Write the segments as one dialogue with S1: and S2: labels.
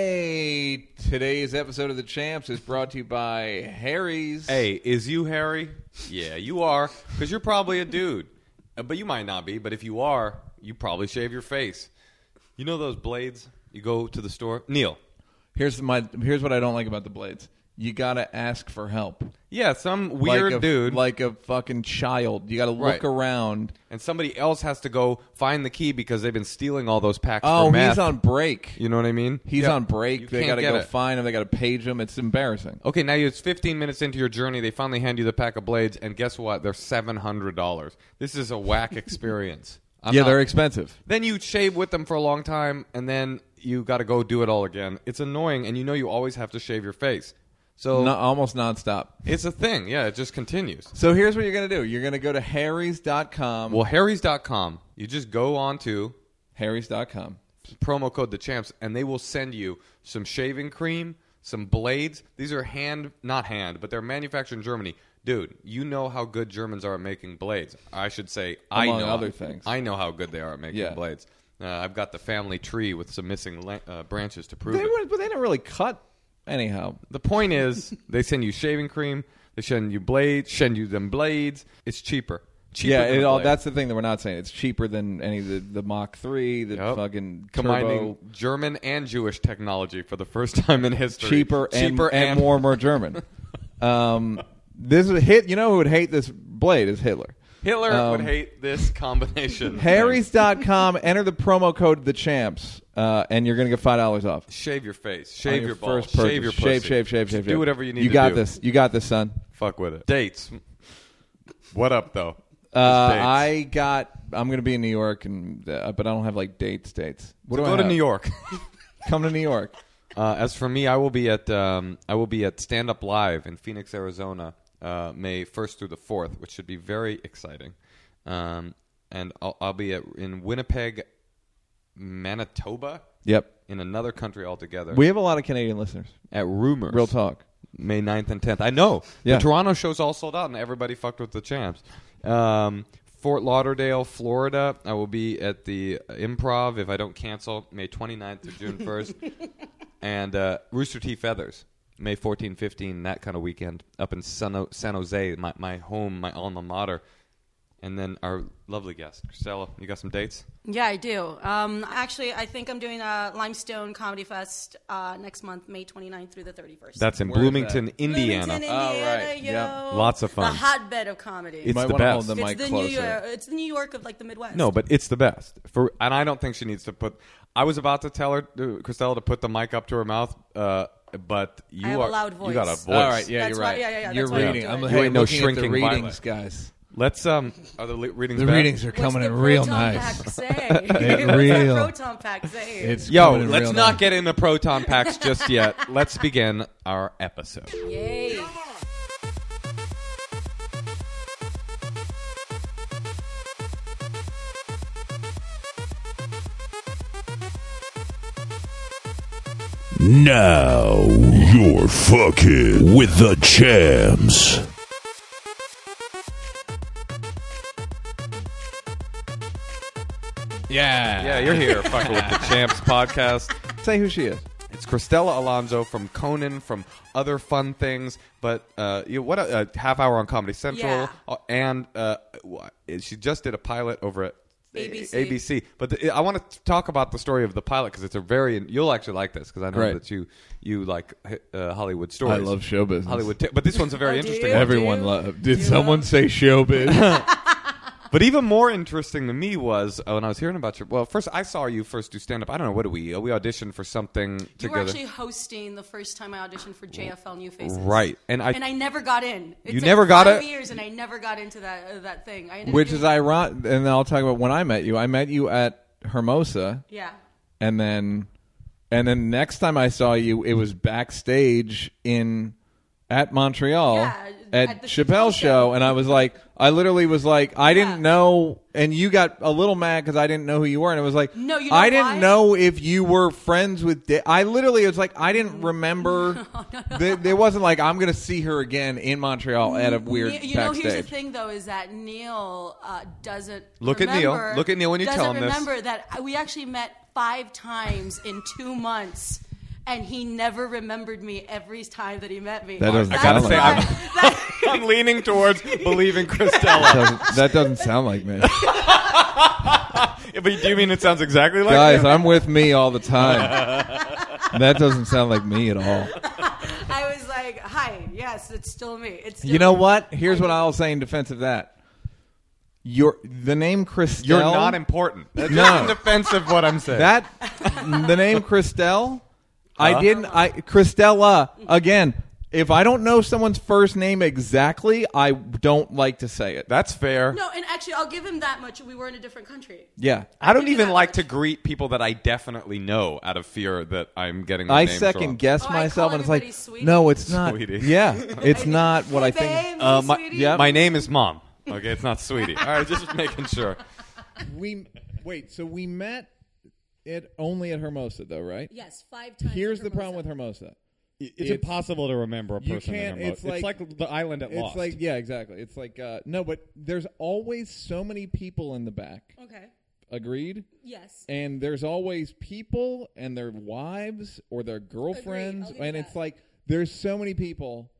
S1: Hey, today's episode of The Champs is brought to you by Harry's.
S2: Hey, is you Harry? Yeah, you are, because you're probably a dude. Uh, But you might not be, but if you are, you probably shave your face. You know those blades? You go to the store? Neil.
S1: Here's my here's what I don't like about the blades. You gotta ask for help.
S2: Yeah, some weird
S1: like a,
S2: dude.
S1: Like a fucking child. You gotta look
S2: Right.
S1: around.
S2: and somebody else has to go find the key because they've been stealing all those packs
S1: Oh,
S2: for meth.
S1: he's on break.
S2: You know what I mean?
S1: He's
S2: Yeah.
S1: on break.
S2: You
S1: they
S2: can't
S1: gotta
S2: get
S1: go
S2: it.
S1: find him. They gotta page him. It's embarrassing.
S2: Okay, now it's 15 minutes into your journey. They finally hand you the pack of blades, and guess what? They're $700. This is a whack experience. I'm
S1: yeah,
S2: not-
S1: they're expensive.
S2: Then you shave with them for a long time, and then you got to go do it all again. It's annoying, and you know you always have to shave your face. So
S1: No, almost nonstop.
S2: it's a thing. Yeah, it just continues.
S1: So here's what you're gonna do. You're gonna go to Harry's.com.
S2: Well, Harry's.com, you just go on to
S1: Harry's.com.
S2: promo code the champs, and they will send you some shaving cream, some blades. These are hand, not hand, but they're manufactured in Germany. Dude, you know how good Germans are at making blades. I should say, I
S1: Among
S2: know
S1: other things.
S2: I know how good they are at making
S1: Yeah.
S2: blades. Uh, I've got the family tree with some missing la- uh, branches to prove
S1: They
S2: it.
S1: were, but they don't really cut anyhow.
S2: The point is, they send you shaving cream, they send you blades, send you them blades. It's cheaper. cheaper
S1: yeah,
S2: than
S1: it
S2: a
S1: all,
S2: blade.
S1: that's the thing that we're not saying. It's cheaper than any of the, the Mach 3, the
S2: Yep.
S1: fucking
S2: combining
S1: turbo,
S2: German and Jewish technology for the first time in history.
S1: cheaper, and, and, more and more German. um, this is hit. You know who would hate this blade is Hitler.
S2: Hitler
S1: Um,
S2: would hate this combination.
S1: Harry's.com, enter the promo code the champs, uh, and you're going to get $5 off.
S2: shave your face,
S1: on
S2: shave your, balls,
S1: first purchase.
S2: shave your pussy.
S1: shave, shave, shave, shave,
S2: Just Do
S1: shave.
S2: whatever you need.
S1: You
S2: to
S1: got
S2: do.
S1: this. You got this, son.
S2: Fuck with it. Dates. What up though?
S1: Uh,
S2: Just dates.
S1: I got. I'm going to be in New York, and uh, but I don't have like dates. Dates. What do
S2: go
S1: I
S2: to
S1: have?
S2: New York.
S1: Come to New York.
S2: Uh, as for me, I will be at um, I will be at Stand Up Live in Phoenix, Arizona, uh, May first through the fourth, which should be very exciting. Um, and I'll, I'll be at, in Winnipeg, Manitoba,
S1: Yep.
S2: in another country altogether.
S1: We have a lot of Canadian listeners.
S2: at Rumors,
S1: Real talk.
S2: May 9th and tenth. I know
S1: Yeah.
S2: the Toronto show's all sold out, and everybody fucked with the champs. Um, Fort Lauderdale, Florida. I will be at the Improv if I don't cancel May 29th to June 1st. and uh, Rooster Tea Feathers, May 14, 15, that kind of weekend up in San, o- San Jose, my, my home, my alma mater. And then our lovely guest, Christella. You got some dates?
S3: Yeah, I do. Um, actually, I think I'm doing a Limestone Comedy Fest uh, next month, May 29th through the 31st.
S2: That's in
S1: Where is
S2: Bloomington,
S1: that?
S2: Indiana.
S3: Bloomington,
S1: Oh,
S3: Indiana,
S1: right.
S3: yo.
S1: Yep.
S2: Lots of fun.
S3: The hotbed of comedy.
S2: It's
S1: might
S2: the
S1: wanna hold
S2: best.
S1: the
S3: It's
S1: mic
S3: the
S1: closer.
S3: New York. It's the New York of like the Midwest.
S2: No, but it's the best. For and I don't think she needs to put. I was about to tell her, to, Christelle, to put the mic up to her mouth, uh, but you
S3: I have a
S2: are
S3: loud voice.
S2: you got a voice.
S1: All right, yeah,
S3: That's
S1: you're
S3: why-
S1: right.
S3: yeah, yeah, yeah,
S1: you're
S3: that's why I
S1: reading.
S3: do it.
S1: I'm
S3: You
S1: hey,
S2: ain't no
S1: looking at the
S2: shrinking
S1: readings,
S2: violet.
S1: guys.
S2: Let's um. Are the li- readings?
S1: The
S2: back?
S1: readings are
S3: What's
S1: coming
S3: the
S1: in real
S3: proton
S1: nice.
S3: Pack say? What's that
S1: real.
S3: proton pack say?
S1: It's
S2: Yo,
S1: coming in
S2: let's
S1: real
S2: not
S1: nice.
S2: get into proton packs just yet. let's begin our episode.
S3: Yay.
S4: Now you're fucking with the champs.
S1: Yeah.
S2: Yeah, you're here, fucking with the champs podcast.
S1: Say who she is.
S2: It's Christella Alonso from Conan, from other fun things, but uh, you know, what a, a half hour on Comedy Central,
S3: Yeah.
S2: uh, and uh, wh- she just did a pilot over at
S3: ABC.
S2: A- ABC. But the, I want to talk about the story of the pilot because it's a very you'll actually like this because I know
S1: Great.
S2: that you you like uh, Hollywood stories.
S1: love show business.
S2: Hollywood, t- but this one's a very
S3: Oh, do
S2: interesting.
S3: you?
S2: one.
S1: Everyone
S3: Do you-
S1: loved.
S3: do
S1: Did
S3: you
S1: someone
S3: love-
S1: say showbiz?
S2: But even more interesting to me was uh, when I was hearing about your. Well, first I saw you first do stand up. I don't know what do we uh, we auditioned for something
S3: You
S2: together.
S3: were actually hosting the first time I auditioned for JFL New Faces.
S2: Right, and I
S3: And I never got in. It
S2: You
S3: took
S2: never got
S3: five
S2: it?
S3: years, and I never got into that uh, that thing. I ended up
S1: Which
S3: doing-
S1: is ironic. And then I'll talk about when I met you. I met you at Hermosa,
S3: yeah.
S1: and then and then next time I saw you, it was backstage in at Montreal
S3: Yeah,
S1: at,
S3: at the
S1: Chappelle's
S3: Chappelle
S1: show,
S3: show.
S1: and I was like, I literally was like, I
S3: Yeah.
S1: didn't know, and you got a little mad because I didn't know who you were, and it was like,
S3: No, you know
S1: I didn't
S3: why?
S1: know if you were friends with. Da- I literally was like, I didn't remember. Th- there wasn't like I'm gonna see her again in Montreal at a weird
S3: Ne-
S1: backstage.
S3: you know, here's the thing, though, is that Neil uh, doesn't
S2: Look at Neil.
S3: remember,
S2: Look at Neil when you
S3: doesn't
S2: tell him this.
S3: remember that I- we actually met five times in two months. and he never remembered me every time that he met me.
S1: That doesn't
S3: That's
S1: sound like
S3: why-
S1: him.
S3: that-
S5: I'm leaning towards believing Christella.
S1: Doesn't- that doesn't sound like me.
S5: but do you mean it sounds exactly like
S1: Guys,
S5: him?
S1: I'm with me all the time. that doesn't sound like me at all.
S3: I was like, "Hi, yes, it's still me." It's still
S1: You know
S3: me."
S1: what? Here's what I'll say in defense of that. Your the name Christelle.
S5: You're not important. That's
S1: No.
S5: not in defense of what I'm saying.
S1: That the name Christelle. I didn't. I Christella again. If I don't know someone's first name exactly, I don't like to say it.
S5: That's fair.
S3: No, and actually, I'll give him that much. We were in a different country.
S1: Yeah,
S5: I don't
S3: Give me
S5: even
S3: that
S5: like
S3: much.
S5: to greet people that I definitely know out of fear that I'm getting. Their
S1: I
S5: names wrong.
S1: second guess
S3: Oh, I
S1: myself,
S3: call
S1: and it's like,
S3: everybody sweetie.
S1: no, it's not.
S5: Sweetie.
S1: Yeah, it's not what
S3: Hey,
S1: I think.
S3: babe,
S5: Uh,
S3: hey,
S5: my,
S3: sweetie.
S1: yeah.
S5: my name is Mom. Okay, it's not Sweetie. All right, just making sure.
S1: We wait. So we met it only at Hermosa, though, right?
S3: Yes, five times.
S1: Here's
S3: at
S1: the problem with
S3: Hermosa.
S1: Hermosa.
S2: It's, impossible to remember a person.
S1: You
S2: in
S1: can't-
S2: remote.
S1: it's like-
S2: the island at
S1: It's
S2: Lost.
S1: like yeah, exactly. It's like uh, no, but there's always so many people in the back.
S3: Okay.
S1: Agreed.
S3: Yes.
S1: and there's always people and their wives or their girlfriends
S3: I'll give you
S1: and it's
S3: that.
S1: like there's so many people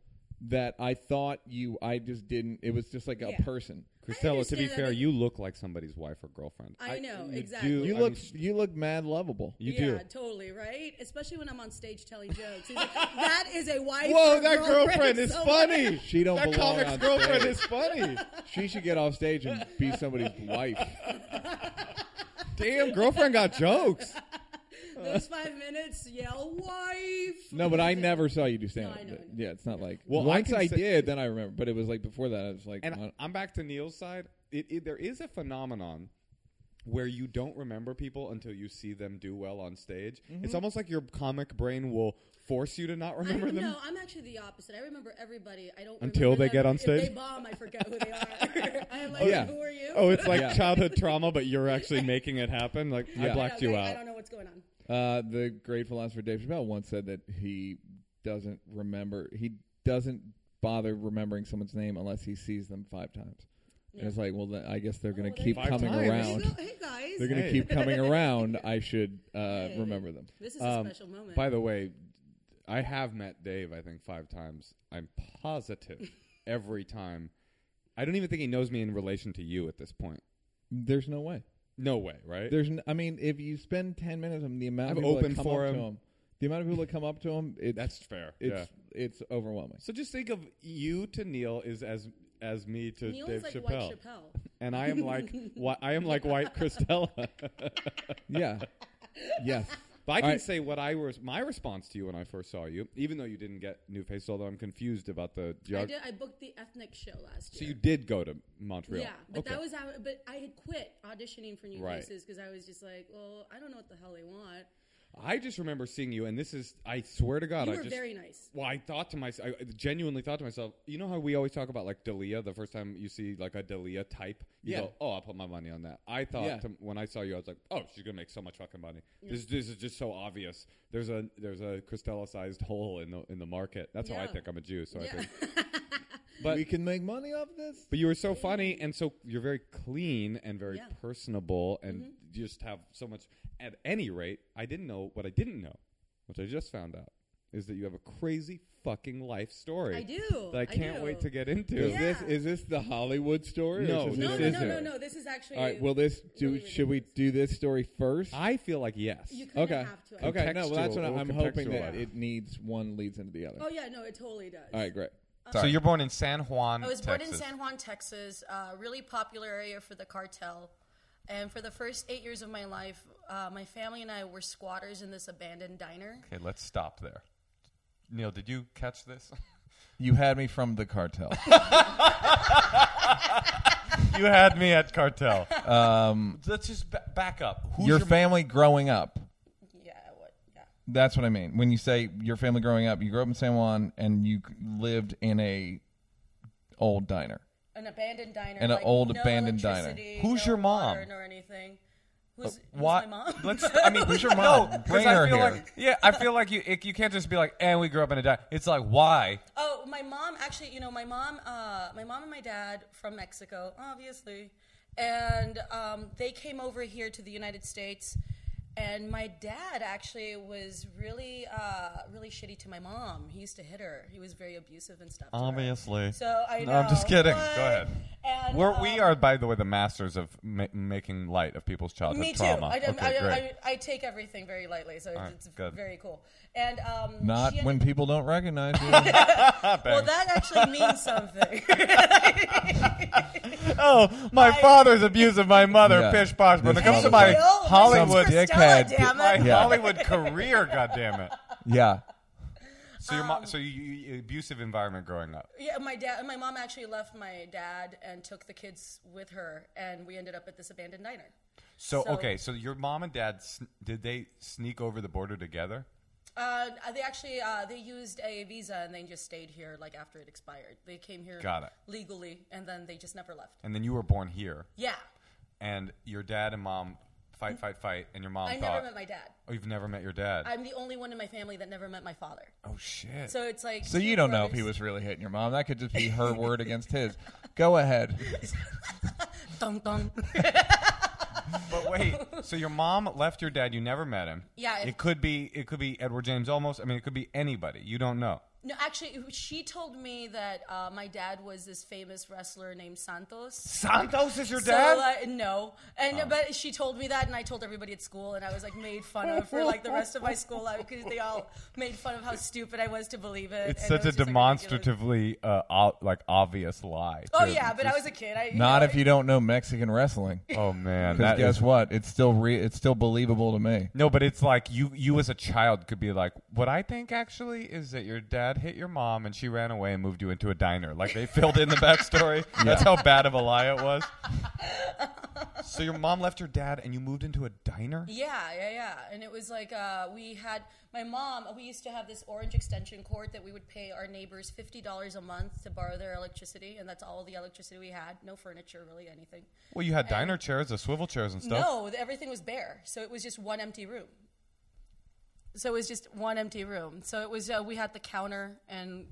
S1: that i thought you i just didn't it was just like
S3: Yeah.
S1: a person
S2: Christella, to be
S3: understand that
S2: fair,
S3: it-
S2: you look like somebody's wife or girlfriend.
S3: I know,
S2: you
S3: exactly.
S2: do-
S1: you
S2: I
S1: look
S2: mean, sh-
S1: you look mad lovable
S2: you
S3: yeah,
S2: do.
S3: totally right. Especially when I'm on stage telling jokes. He's like, that is a wife.
S2: Whoa,
S3: or
S2: that girlfriend is
S3: So-
S2: funny.
S1: She don't
S2: that
S1: belong
S2: comic's
S1: on
S2: girlfriend
S1: stage.
S2: is funny.
S1: she should get off stage and be somebody's wife
S2: Damn, girlfriend got jokes.
S3: Those five minutes, yell wife.
S1: no but i never saw you do stand
S3: I know, I know.
S1: yeah it's not like
S2: Well, I
S1: once
S2: can
S1: i
S2: say-
S1: did then i remember but it was like before that i was like I
S2: And
S1: don't-
S2: I'm back to Neil's side. It, it, there is a phenomenon where you don't remember people until you see them do well on stage.
S1: Mm-hmm.
S2: It's almost like your comic brain will force you to not
S3: I
S2: remember
S3: don't
S2: them.
S3: know. I'm actually the opposite. I remember everybody. I don't
S2: Until
S3: remember
S2: they
S3: them.
S2: get on
S3: If
S2: stage?
S3: they bomb, I forget who they are. I'm like,
S1: yeah.
S3: who are you?
S2: Oh, it's like
S1: Yeah.
S2: childhood trauma, but you're actually making it happen. Like
S1: Yeah.
S2: I
S3: I
S2: blacked
S3: don't-
S2: you
S3: I- I
S2: out.
S3: don't know what's going on.
S1: Uh, the great philosopher Dave Chappelle once said that he doesn't remember. He doesn't bother remembering someone's name unless he sees them five times. And it's like, well, then I guess they're going
S3: Oh, well,
S1: to
S3: there
S1: keep
S3: you go.
S1: coming
S2: Five times.
S3: Hey,
S1: around.
S3: go- hey guys.
S1: They're going to
S2: Hey.
S1: keep coming around. I should uh,
S3: Hey.
S1: remember them.
S3: This is a
S2: Um,
S3: special moment.
S2: By the way, I have met Dave. I think five times. I'm positive every time. I don't even think he knows me in relation to you at this point.
S1: There's no way.
S2: No way, right?
S1: There's. N- I mean, if you spend ten minutes, on the amount of
S2: I've
S1: people
S2: opened
S1: that come
S2: for
S1: up
S2: him.
S1: to him, the amount of people that come up to him, it,
S2: That's fair.
S1: It's
S2: yeah.
S1: it's overwhelming.
S2: So just think of you to Neil is as as me to
S3: Neil
S2: Dave
S3: is like
S2: Chappelle.
S3: White Chappelle.
S2: and I am like whi- I am like White Christella.
S1: yeah. Yes.
S2: But I can
S1: right.
S2: say what I was my response to you when I first saw you, even though you didn't get new faces. Although I'm confused about the
S3: I
S2: geog-
S3: did. I booked the ethnic show last year.
S2: So you did go to Montreal.
S3: Yeah, but
S2: okay.
S3: that was how, but I had quit auditioning for new
S2: Right.
S3: faces because I was just like, well, I don't know what the hell they want.
S2: I just remember seeing you, and this is I swear to God,
S3: You
S2: I
S3: were
S2: just
S3: very nice.
S2: Well, I thought to myself, I genuinely thought to myself, you know how we always talk about like Dalia. The first time you see like a Dalia type, you
S1: Yeah.
S2: go, "Oh, I'll put my money on that." I thought
S1: Yeah.
S2: to, when I saw you, I was like, "Oh, she's gonna make so much fucking money. This, this is just so obvious." There's a there's a Cristela sized hole in the in the market. That's how I
S3: Yeah.
S2: think I'm a Jew. So I
S3: Yeah.
S2: think, but
S1: we can make money off this.
S2: but you were so funny and so you're very clean and very
S3: Yeah. Mm-hmm.
S2: personable and you just have so much. At any rate, I didn't know what I didn't know, which I just found out, is that you have a crazy fucking life story.
S3: I do,
S2: That I
S3: I
S2: can't
S3: do.
S2: wait to get into.
S1: Is
S3: Yeah.
S1: this is this the Hollywood story? or
S2: No,
S1: is this
S3: no,
S2: This
S3: no, no,
S2: isn't.
S3: no, no. This is actually.
S1: All right. Well, this do,
S3: really
S1: should we do this story first?
S2: I feel like yes.
S3: You kind
S1: okay.
S3: of have to. I think.
S1: Okay. No, well, that's what
S2: Contextual.
S1: I'm hoping that
S2: Contextual.
S1: it needs one leads into the other.
S3: Oh yeah, no, it totally does.
S1: All right. Great.
S5: So you're born in San Juan,
S3: uh, I was born
S5: Texas.
S3: in San Juan, Texas, a really popular area for the cartel. And for the first eight years of my life, uh, my family and I were squatters in this abandoned diner.
S5: Okay, let's stop there. Neil, did you catch this?
S1: You had me from the cartel.
S5: you had me at cartel. Um, let's just ba- back up. Who's
S1: your family growing up.
S3: Yeah, what? Yeah.
S1: That's what I mean. When you say your family growing up, you grew up in San Juan and you lived in a old diner.
S3: An abandoned diner.
S1: And an
S3: like,
S1: old
S3: no
S1: abandoned diner.
S3: electricity,
S5: Who's
S3: no
S5: your mom?
S3: water Or anything. Who's, who's
S5: Why-
S3: my mom?
S5: Let's. I mean,
S1: Who's your
S5: no,
S1: mom?
S5: 'cause
S1: Bring
S5: I
S1: her
S5: feel
S1: here.
S5: Like, yeah, I feel like you. It, you can't just be like, and we grew up in a diner. It's like, why?
S3: Oh, my mom actually, you know, my mom, uh, my mom and my dad from Mexico, obviously, and um, they came over here to the United States, And my dad actually was really, uh, really shitty to my mom. He used to hit her. He was very abusive and stuff. to her.
S2: Obviously.
S3: So I
S2: No, I'm just
S3: know,
S2: kidding.
S3: but-
S2: Go ahead.
S3: and,
S2: We're, we
S3: um,
S2: are, by the way, the masters of ma- making light of people's childhood
S3: Me too.
S2: trauma.
S3: I, don't-
S2: okay,
S3: I,
S2: great.
S3: I, I take everything very lightly, so it's, it's
S2: good.
S3: very cool. And um,
S2: Not
S3: she ended-
S2: when people don't recognize you.
S3: Well, that actually means something.
S2: oh, my father's abusive, my mother,
S6: Yeah.
S2: pish posh. When it
S6: This
S2: comes
S6: is
S2: to my
S6: real.
S3: This is
S2: Hollywood
S3: for Stella,
S2: dickhead,
S3: damn
S2: my
S3: it.
S2: Yeah. Hollywood career, goddammit.
S6: Yeah.
S2: So your
S3: Um,
S2: mo- so you, you, abusive environment growing up.
S3: yeah, my dad, my mom actually left my dad and took the kids with her, and we ended up at this abandoned diner.
S2: So,
S3: So-
S2: okay, so your mom and dad sn- did they sneak over the border together?
S3: Uh, they actually uh, they used a visa and they just stayed here like after it expired. They came here
S2: Got it.
S3: legally and then they just never left.
S2: And then you were born here,
S3: Yeah,
S2: and your dad and mom fight, fight, fight, and your mom
S3: Mm-hmm. I
S2: thought,
S3: never met my dad.
S2: "Oh, you've never met your dad."
S3: I'm the only one in my family that never met my father.
S2: oh shit!
S3: So it's like
S6: So
S3: two
S6: you don't know if
S3: brothers-
S6: he was really hitting your mom. That could just be her word against his. Go ahead.
S3: Dun, dun.
S2: But wait, so your mom left your dad. You never met him.
S3: Yeah,
S2: It,
S3: it-
S2: could be. It could be Edward James. Almost. I mean, it could be anybody. You don't know.
S3: No, actually, she told me that uh, my dad was this famous wrestler named Santos.
S2: Santos is your
S3: So, uh, no, and
S6: Oh.
S3: but she told me that, and I told everybody at school, and I was like made fun of for like the rest of my school life because they all made fun of how stupid I was to believe it.
S2: it's
S3: and
S2: such
S3: it
S2: a
S3: was just, like, ridiculous.
S2: demonstratively uh, o- like obvious lie.
S3: Oh
S2: too.
S3: yeah, but I was a kid. I,
S6: Not
S3: know,
S6: if you don't know Mexican wrestling.
S2: Oh
S6: Because
S2: man, that
S6: guess
S2: is-
S6: what? It's still re- it's still believable to me.
S2: No, but it's like you you as a child could be like, what I think actually is that your dad hit your mom and she ran away and moved you into a diner. Like they filled in the backstory. That's how bad of a lie it was. so your mom left your dad and you moved into a diner.
S3: Yeah, yeah, yeah. And it was like uh, we had my mom. We used to have this orange extension cord that we would pay our neighbors fifty dollars a month to borrow their electricity, and that's all the electricity we had. No furniture, really, anything.
S2: Well, you had diner chairs, the swivel chairs and stuff.
S3: No, th- everything was bare. So it was just one empty room. So it was just one empty room. So it was uh, we had the counter and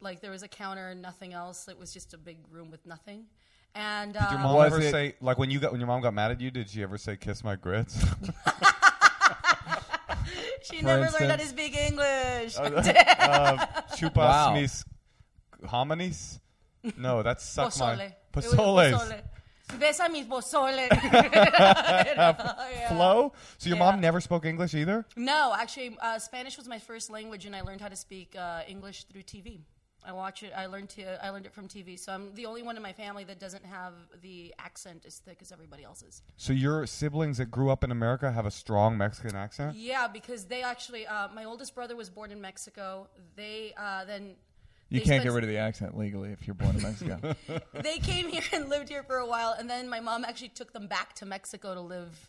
S3: like there was a counter and nothing else. It was just a big room with nothing. And um,
S2: Did your mom
S6: Was
S2: ever
S6: it-
S2: say like when you got when your mom got mad at you? Did she ever say "kiss my grits"?
S3: she never learned how to
S6: instance-
S3: speak English.
S2: Oh, Chupas
S6: Wow.
S2: mis hominies? No, that's suck my
S3: Pozole. It was
S2: pozoles.
S3: pozole. Besa mis pozole. Yeah.
S2: Flow. So your mom
S3: Yeah.
S2: never spoke English either.
S3: No, actually, uh, Spanish was my first language, and I learned how to speak uh, English through TV. I watch it. I learned to. I learned it from TV. So I'm the only one in my family that doesn't have the accent as thick as everybody else's.
S2: So your siblings that grew up in America have a strong Mexican accent.
S3: Yeah, because they actually. Uh, my oldest brother was born in Mexico. They uh, then.
S6: You can't get rid of the accent legally if you're born in Mexico.
S3: of. They came here and lived here for a while, and then my mom actually took them back to Mexico to live.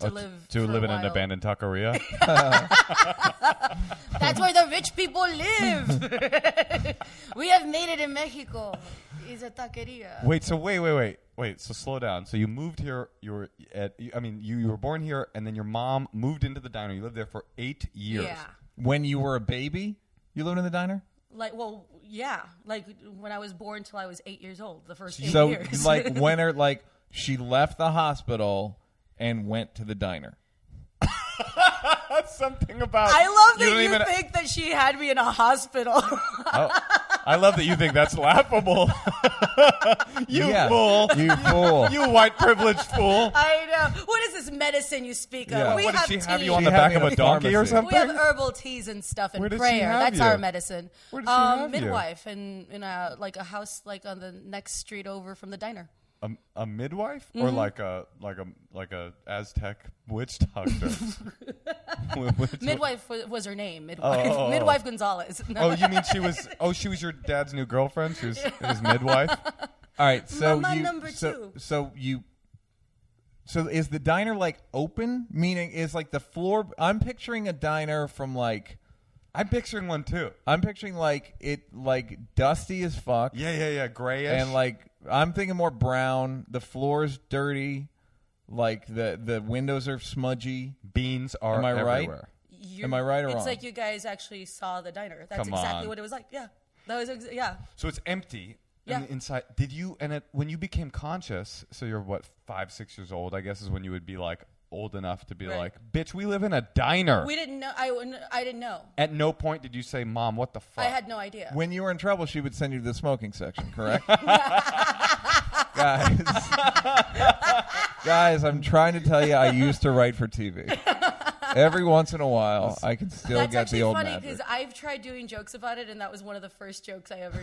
S3: To live
S2: Oh, To
S3: for
S2: live
S3: a
S2: in an
S3: while.
S2: abandoned taqueria.
S3: That's where the rich people live. we have made it in Mexico. It's a taqueria.
S2: wait. So wait, wait, wait, wait. So slow down. So you moved here. You were at. you- I mean, you, you were born here, and then your mom moved into the diner. You lived there for eight years.
S3: Yeah.
S6: when you were a baby, you lived in the diner.
S3: Like, well, yeah. Like when I was born till I was eight years old, the first eight
S6: so
S3: years.
S6: like when her like she left the hospital and went to the diner.
S2: That's something about.
S3: I love that
S2: don't
S3: you
S2: even-
S3: think that she had me in a hospital.
S2: I love that you think that's laughable. you
S6: Yeah.
S2: fool.
S6: You fool.
S2: You white privileged fool.
S3: I know. What is this medicine you speak of?
S6: Yeah.
S3: We
S2: what
S3: have
S2: did she
S3: tea.
S2: have you on the
S6: She had
S2: back
S6: me
S2: of
S6: in
S2: a
S6: a
S2: donkey or
S6: pharmacy.
S2: something?
S3: we have herbal teas and stuff and
S2: Where did she
S3: prayer.
S2: have
S3: That's
S2: you?
S3: our medicine.
S2: Where did she
S3: um,
S2: have you?
S3: midwife and in a like a house like on the next street over from the diner.
S2: a, a midwife
S3: Mm-hmm.
S2: or like a like a like a Aztec witch doctor. Which-
S3: Midwife wa- was her name. Midwife, midwife Gonzalez. No.
S2: Oh, you mean she was? Oh, she was your dad's new girlfriend. She was his midwife.
S6: All right, so
S3: Mama
S6: you,
S3: number
S6: so,
S3: two.
S6: So you. So is the diner like open? Meaning is like the floor? I'm picturing a diner from like
S2: I'm picturing one too.
S6: I'm picturing like it like dusty as fuck.
S2: Yeah, yeah, yeah. Grayish
S6: and like I'm thinking more brown. The floor's dirty. Like the the windows are smudgy.
S2: beans are
S6: Am I right?
S2: everywhere.
S3: You're-
S6: Am I right or
S3: it's
S6: wrong?
S3: like you guys actually saw the diner. That's
S2: Come
S3: exactly
S2: on.
S3: what it was like. Yeah, that was ex- yeah.
S2: So it's empty.
S3: Yeah.
S2: And the inside, did you? And it, when you became conscious, so you're what five, six years old, I guess, is when you would be like, old enough to be
S3: Right.
S2: like, bitch, we live in a diner.
S3: We didn't know. I, wouldn't- I didn't know.
S2: At no point did you say, Mom, what the fuck?
S3: I had no idea.
S1: When you were in trouble, she would send you to the smoking section, correct? guys, guys, I'm trying to tell you, I used to write for TV. Every once in a while, I can still
S3: That's
S1: get
S3: actually
S1: the old
S3: funny
S1: magic.
S3: because I've tried doing jokes about it, and that was one of the first jokes I ever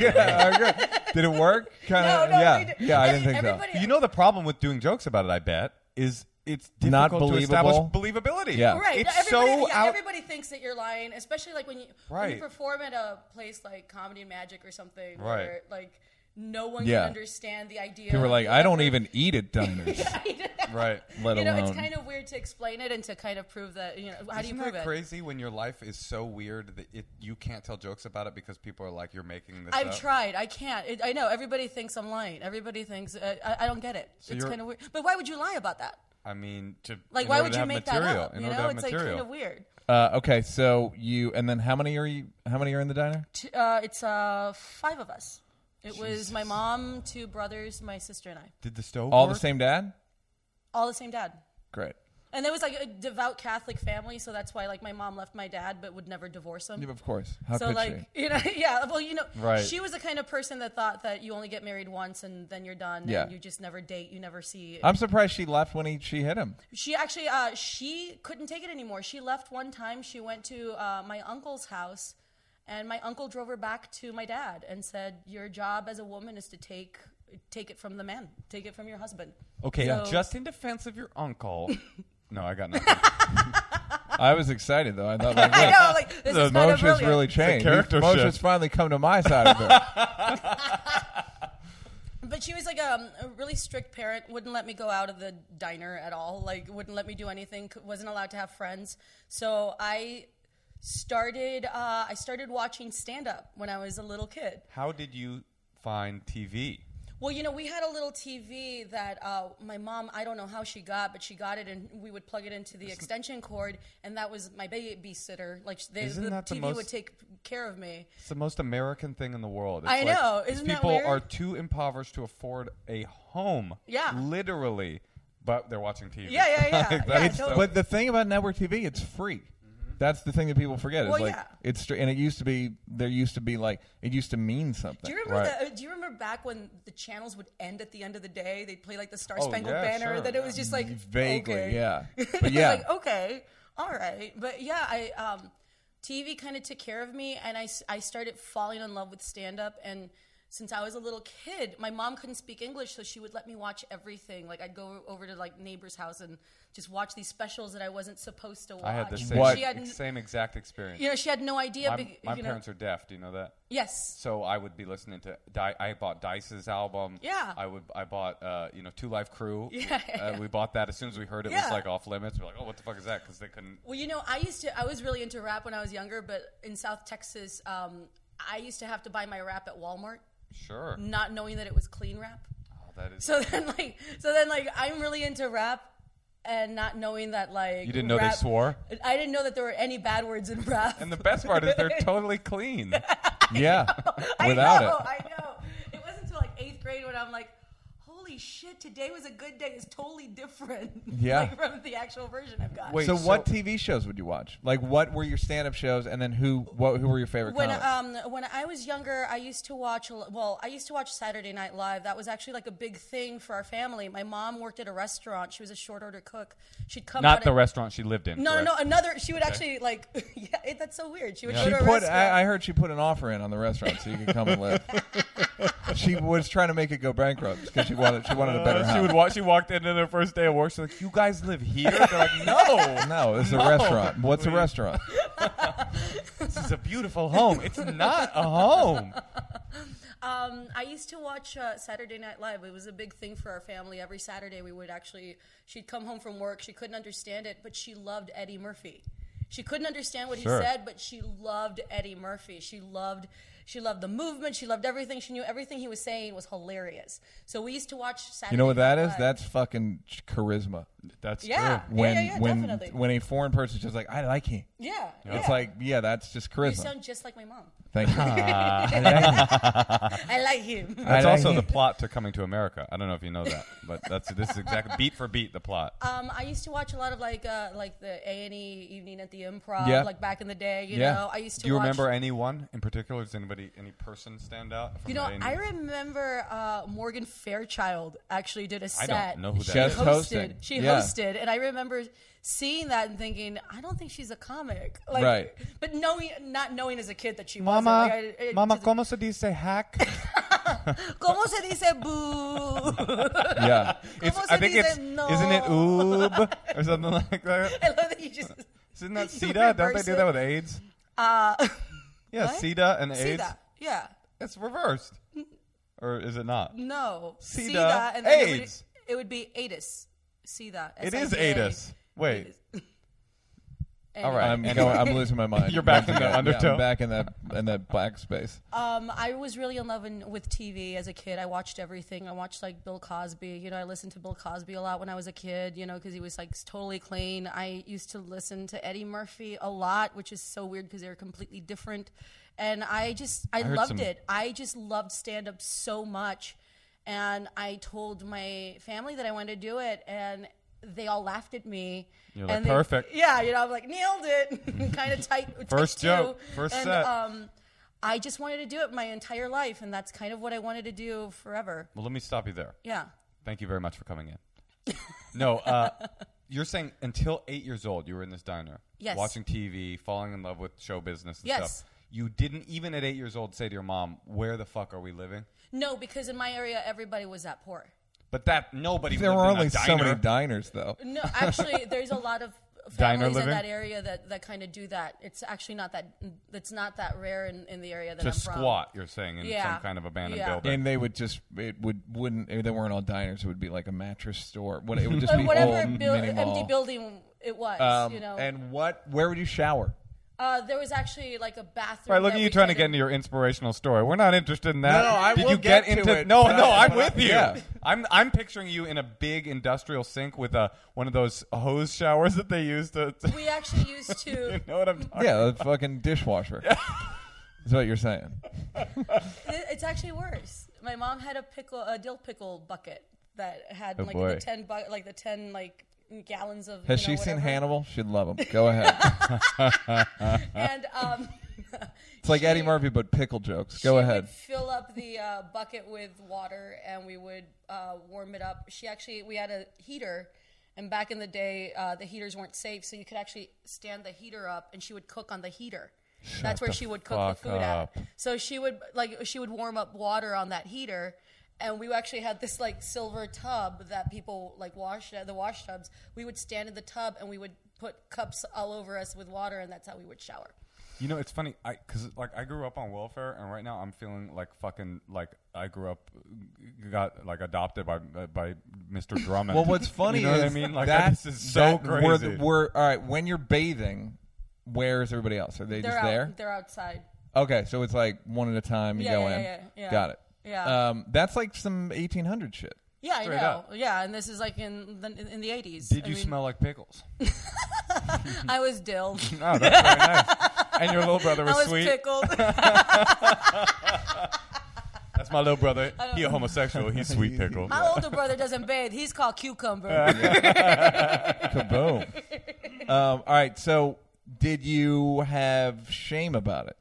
S1: yeah, okay. Did it work? Kind
S3: No,
S1: of.
S3: no,
S1: yeah,
S3: they did-
S1: yeah. I didn't
S3: every-
S1: think so.
S3: everybody-
S2: you know the problem with doing jokes about it, I bet, is it's
S1: Not
S2: difficult to establish believability.
S1: Yeah.
S3: Right.
S2: It's
S3: everybody,
S2: so
S3: yeah,
S2: out.
S3: everybody thinks that you're lying, especially like when you when
S2: Right.
S3: you perform at a place like Comedy and Magic or something,
S2: Right.
S3: where like no one
S1: Yeah.
S3: can understand the idea.
S1: People were
S3: of
S1: like,
S3: the
S1: I don't
S3: effort."
S1: even eat at diners,
S2: right.
S1: let
S3: You know,
S1: alone.
S3: it's kind of weird to explain it and to kind of prove that. You know, how do you
S2: Isn't
S3: prove
S2: that
S3: it?
S2: crazy when your life is so weird that it, you can't tell jokes about it because people are like, you're making this
S3: I've
S2: up?
S3: tried. I can't. It, I know everybody thinks I'm lying. Everybody thinks uh, I, I don't get it. it's
S2: you're-
S3: kind of weird. But why would you lie about that?
S2: I mean, to
S3: Like,
S2: in
S3: why
S2: order
S3: would
S2: to
S3: you
S2: have
S3: make
S2: material,
S3: that up?
S2: In
S3: you
S2: order to
S3: know,
S2: have
S3: it's
S2: material.
S3: like kind of weird.
S1: uh, okay, so you and then how many are you? How many are in the diner?
S3: T- uh, it's uh, five of us. It was my mom, two brothers, my sister, and I.
S2: Did the stove
S1: All
S2: work?
S1: the same dad?
S3: All the same dad.
S1: Great.
S3: And there was like a devout Catholic family, so that's why like my mom left my dad, but would never divorce him.
S1: Yeah, of course. How
S3: so
S1: could
S3: like you know, yeah. Well, you know,
S2: Right.
S3: she was the kind of person that thought that you only get married once and then you're done,
S1: Yeah.
S3: and you just never date, you never see.
S1: she? I'm surprised she left when he, she hit him.
S3: she actually, uh, she couldn't take it anymore. She left one time. She went to uh, my uncle's house, and my uncle drove her back to my dad and said, "Your job as a woman is to take." Take it from the man. Take it from your husband.
S2: Okay,
S3: So-
S2: just in defense of your uncle. no, I got nothing.
S1: I was excited though. I thought like,
S3: I know, like this
S1: the
S3: is kind
S1: Moshe's
S3: of brilliant.
S1: really changed.
S2: character
S1: Moshe's
S2: shift.
S1: finally come to my side of it.
S3: But she was like um, a really strict parent. Wouldn't let me go out of the diner at all. Like wouldn't let me do anything. c- Wasn't allowed to have friends. So I started. Uh, I started watching stand up when I was a little kid.
S2: How did you find TV?
S3: Well, you know, we had a little TV that uh, my mom, I don't know how she got, but she got it, and we would plug it into the extension cord, and that was my babysitter. Like, they,
S2: Isn't
S3: the
S2: that the
S3: TV
S2: most-
S3: would take care of me.
S2: It's the most American thing in the world. It's
S3: I
S2: like,
S3: know,
S2: these
S3: isn't that
S2: people
S3: weird?
S2: are too impoverished to afford a home.
S3: Yeah.
S2: literally, but they're watching TV.
S3: Yeah, yeah, yeah.
S2: Like,
S3: Yeah,
S2: that's
S3: totally. Mm-hmm.
S1: But the thing about network TV, it's free. That's the thing that people forget. It's
S3: Well,
S1: like
S3: yeah.
S1: it's str- and it used to be there used to be like it used to mean something.
S3: Do you remember?
S2: Right.
S3: The, uh, do you remember back when the channels would end at the end of the day? They'd play like the Star
S2: Oh,
S3: Spangled
S2: yeah,
S3: Banner.
S2: sure,
S3: That it was
S2: yeah.
S3: just like
S1: Vaguely,
S3: okay.
S1: yeah.
S3: It
S1: But
S3: was
S1: yeah.
S3: like okay, all right. But yeah, I um, TV kind of took care of me, and I s- I started falling in love with stand up and. Since I was a little kid, my mom couldn't speak English, so she would let me watch everything. Like I'd go over to like neighbor's house and just watch these specials that I wasn't supposed to watch.
S2: I had the same,
S1: What?
S3: She had, n-
S2: same exact experience.
S3: you know, she had no idea.
S2: my
S3: be-
S2: my
S3: you know-
S2: parents are deaf. Do you know that?
S3: yes.
S2: So I would be listening to Di- I bought Dice's album.
S3: Yeah.
S2: I would I bought uh, you know Two Life Crew.
S3: Yeah,
S2: Uh, we bought that as soon as we heard it
S3: Yeah.
S2: was like off limits. We're like, oh, what the fuck is that? Because they couldn't.
S3: Well, you know, I used to. I was really into rap when I was younger, but in South Texas, um, I used to have to buy my rap at Walmart,
S2: Sure.
S3: not knowing that it was clean rap.
S2: Oh, that is.
S3: So then, like, so then, like, I'm really into rap, and not knowing that, like,
S2: you didn't know
S3: rap-
S2: they swore.
S3: I didn't know that there were any bad words in rap.
S2: And the best part is they're totally clean.
S1: yeah,
S3: I
S1: without
S3: know,
S1: it.
S3: I know. It wasn't until like eighth grade when I'm like, holy shit, today was a good day. It's totally different.
S1: Yeah.
S3: like, from the actual version I've got.
S2: Wait,
S1: so,
S2: so-
S1: what TV shows would you watch? Like what were your stand-up shows, and then who what who were your favorite
S3: when
S1: comics?
S3: um when I was younger, I used to watch a lo- well, I used to watch Saturday Night Live. That was actually like a big thing for our family. My mom worked at a restaurant. She was a short order cook. She'd come
S2: Not
S3: out
S2: the
S3: at-
S2: restaurant she lived in.
S3: No, no,
S2: correct?
S3: no. Another. She would actually like. Yeah, it, that's so weird. She would go
S1: she
S3: to a
S1: put
S3: restaurant.
S1: I, I heard she put an offer in on the restaurant so you could come and live. she was trying to make it go bankrupt because she wanted she wanted a
S3: Uh,
S1: better house.
S2: She would walk. She walked into their first day of work. She's like, "You guys live here?" They're like, "No,
S1: no, it's a restaurant. What's a restaurant?
S2: this is a beautiful home. It's not a home."
S3: Um, I used to watch uh, Saturday Night Live. It was a big thing for our family. Every Saturday, we would actually. She'd come home from work. She couldn't understand it, but she loved Eddie Murphy. She couldn't understand what he said, but she loved Eddie Murphy. She loved. She loved the movement. She loved everything. She knew everything he was saying was hilarious. So we used to watch Saturday
S1: You know what that
S3: Night
S1: is?
S3: Live.
S1: That's fucking ch- charisma.
S2: That's
S3: yeah,
S2: true.
S3: yeah,
S1: When
S3: yeah, yeah,
S1: when
S3: definitely.
S1: when a foreign person's just like, I like him.
S3: yeah,
S1: It's
S3: yeah.
S1: like, yeah, that's just
S3: you
S1: charisma.
S3: sound just like my mom.
S1: Thank you.
S3: I like him.
S2: That's
S1: I like
S2: also
S1: him.
S2: the plot to Coming to America. I don't know if you know that, but that's this is exactly beat for beat the plot.
S3: Um, I used to watch a lot of like uh, like the A and E evening at the improv,
S1: Yeah.
S3: like back in the day. You
S1: Yeah.
S3: know, I used to.
S2: Do you
S3: watch,
S2: remember anyone in particular? Does anybody, any person stand out? From
S3: You know,
S2: the E? A&E?
S3: I remember uh, Morgan Fairchild actually did a
S2: I
S3: set.
S2: don't know who that
S3: she
S2: Guest
S3: hosted.
S1: hosting.
S3: She
S1: Yeah.
S3: hosted, and I remember seeing that and thinking, I don't think she's a comic. Like,
S1: Right.
S3: But knowing, not knowing as a kid that she
S2: Mama,
S3: wasn't. Like, I- it
S2: mama,
S3: just-
S2: ¿cómo se dice hack?
S3: ¿Cómo se dice boo?
S1: yeah.
S2: It's,
S3: ¿Cómo se
S2: I think
S3: dice
S2: it's
S3: no?
S2: isn't it oob or something like
S3: I
S2: that?
S3: love that you just.
S2: Isn't that
S3: you
S2: SIDA? Don't they
S3: reverse
S2: do
S3: it.
S2: that with AIDS?
S3: Uh,
S2: Yeah,
S3: What?
S2: SIDA and AIDS.
S3: Sida. Yeah.
S2: It's reversed, or is it not?
S3: No.
S2: Sida.
S3: Sida, and then
S2: AIDS.
S3: It would, it would be AIDIS. Sida.
S2: It is
S3: S-I-D-A.
S2: AIDS. Wait, all right.
S1: I'm going, I'm losing my mind.
S2: You're back
S1: Once
S2: in the
S1: again. Yeah,
S2: undertow?
S1: I'm back in that in that black space.
S3: Um, I was really in love in, with TV as a kid. I watched everything. I watched like Bill Cosby. You know, I listened to Bill Cosby a lot when I was a kid. You know, because he was like totally clean. I used to listen to Eddie Murphy a lot, which is so weird because they're completely different. And I just, I,
S2: heard
S3: loved
S2: some-
S3: it. I just loved stand up so much, and I told my family that I wanted to do it, and they all laughed at me.
S2: You're like,
S3: And they-
S2: "Perfect."
S3: Yeah, you know, I'm like nailed it. kind of tight.
S2: First
S3: tight two.
S2: joke, first
S3: and,
S2: set.
S3: Um, I just wanted to do it my entire life, and that's kind of what I wanted to do forever.
S2: well, let me stop you there.
S3: Yeah.
S2: Thank you very much for coming in. no, uh, you're saying until eight years old, you were in this diner,
S3: Yes.
S2: watching TV, falling in love with show business and
S3: Yes.
S2: stuff. You didn't even at eight years old say to your mom, "Where the fuck are we living?"
S3: No, because in my area, everybody was that poor.
S2: But that nobody.
S1: There
S2: lived
S1: were
S2: in a
S1: only so
S2: diner.
S1: many diners, though.
S3: No, actually, there's a lot of
S2: Diner
S3: families in
S2: living?
S3: that area that, that kind of do that. It's actually not that that's not that rare in, in the area that
S2: to
S3: I'm from.
S2: squat. You're saying in
S3: Yeah.
S2: some kind of abandoned
S3: Yeah.
S2: building.
S1: And they would just it would wouldn't eh, they weren't all diners. It would be like a mattress store. What it would just
S3: But
S1: be
S3: whatever
S1: old
S3: buil-
S1: mini
S3: empty
S1: mall.
S3: building it was,
S1: Um,
S3: you know.
S1: And what? Where would you shower?
S3: uh, there was actually like a bathroom.
S2: All right, look
S3: that
S2: at you
S3: we
S2: trying to
S3: couldn't-
S2: get into your inspirational story. We're not interested in that.
S1: No, no, I
S2: Did
S1: will
S2: you
S1: get
S2: get,
S1: to
S2: into?
S1: it,
S2: no,
S1: but I-
S2: no, I'm
S1: but I-
S2: with you.
S1: yeah.
S2: I'm I'm picturing you in a big industrial sink with a one of those hose showers that they use to. to-
S3: We actually used to.
S2: you know what I'm talking?
S1: Yeah, a fucking dishwasher. Is what you're saying.
S3: It- It's actually worse. My mom had a pickle, a dill pickle bucket that had
S2: Oh,
S3: like
S2: boy.
S3: the ten, bu- like the ten, like gallons of.
S1: Has
S3: you know,
S1: she seen
S3: whatever.
S1: Hannibal? She'd love him. Go ahead.
S3: And um,
S1: It's like
S3: she-
S1: Eddie Murphy, but pickle jokes. Go
S3: she
S1: ahead.
S3: Would fill up the uh, bucket with water, and we would uh, warm it up. She actually, we had a heater, and back in the day, uh, the heaters weren't safe, so you could actually stand the heater up, and she would cook on the heater. That's where
S2: the
S3: she would cook the
S2: fuck
S3: food
S2: up.
S3: at. So she would like she would warm up water on that heater. And we actually had this like silver tub that people like washed the wash tubs. We would stand in the tub and we would put cups all over us with water, and that's how we would shower.
S2: You know, it's funny I because like I grew up on welfare, and right now I'm feeling like fucking like I grew up got like adopted by uh, by Mr. Drummond.
S1: Well, what's funny
S2: you know
S1: is
S2: what I mean? Like
S1: that,
S2: this is so
S1: that
S2: crazy.
S1: We're, the- we're all right. When you're bathing, where is everybody else? Are they
S3: They're
S1: just
S3: out.
S1: there?
S3: They're outside.
S1: Okay, so it's like one at a time. You
S3: Yeah,
S1: go
S3: yeah,
S1: in.
S3: yeah, yeah.
S1: Got it.
S3: Yeah.
S1: Um, that's like some 1800 shit.
S3: Yeah, I know.
S2: Straight up.
S3: Yeah, and this is like in the, in the eighties.
S2: Did
S3: I
S2: you
S3: mean,
S2: smell like pickles?
S3: I was dilled.
S2: Oh, that's very nice. And your little brother
S3: I
S2: was,
S3: was
S2: sweet.
S3: pickled.
S2: That's my little brother. He a homosexual. He's sweet pickle.
S3: My older brother doesn't bathe. He's called cucumber.
S1: Kaboom. um, all right, so did you have shame about it?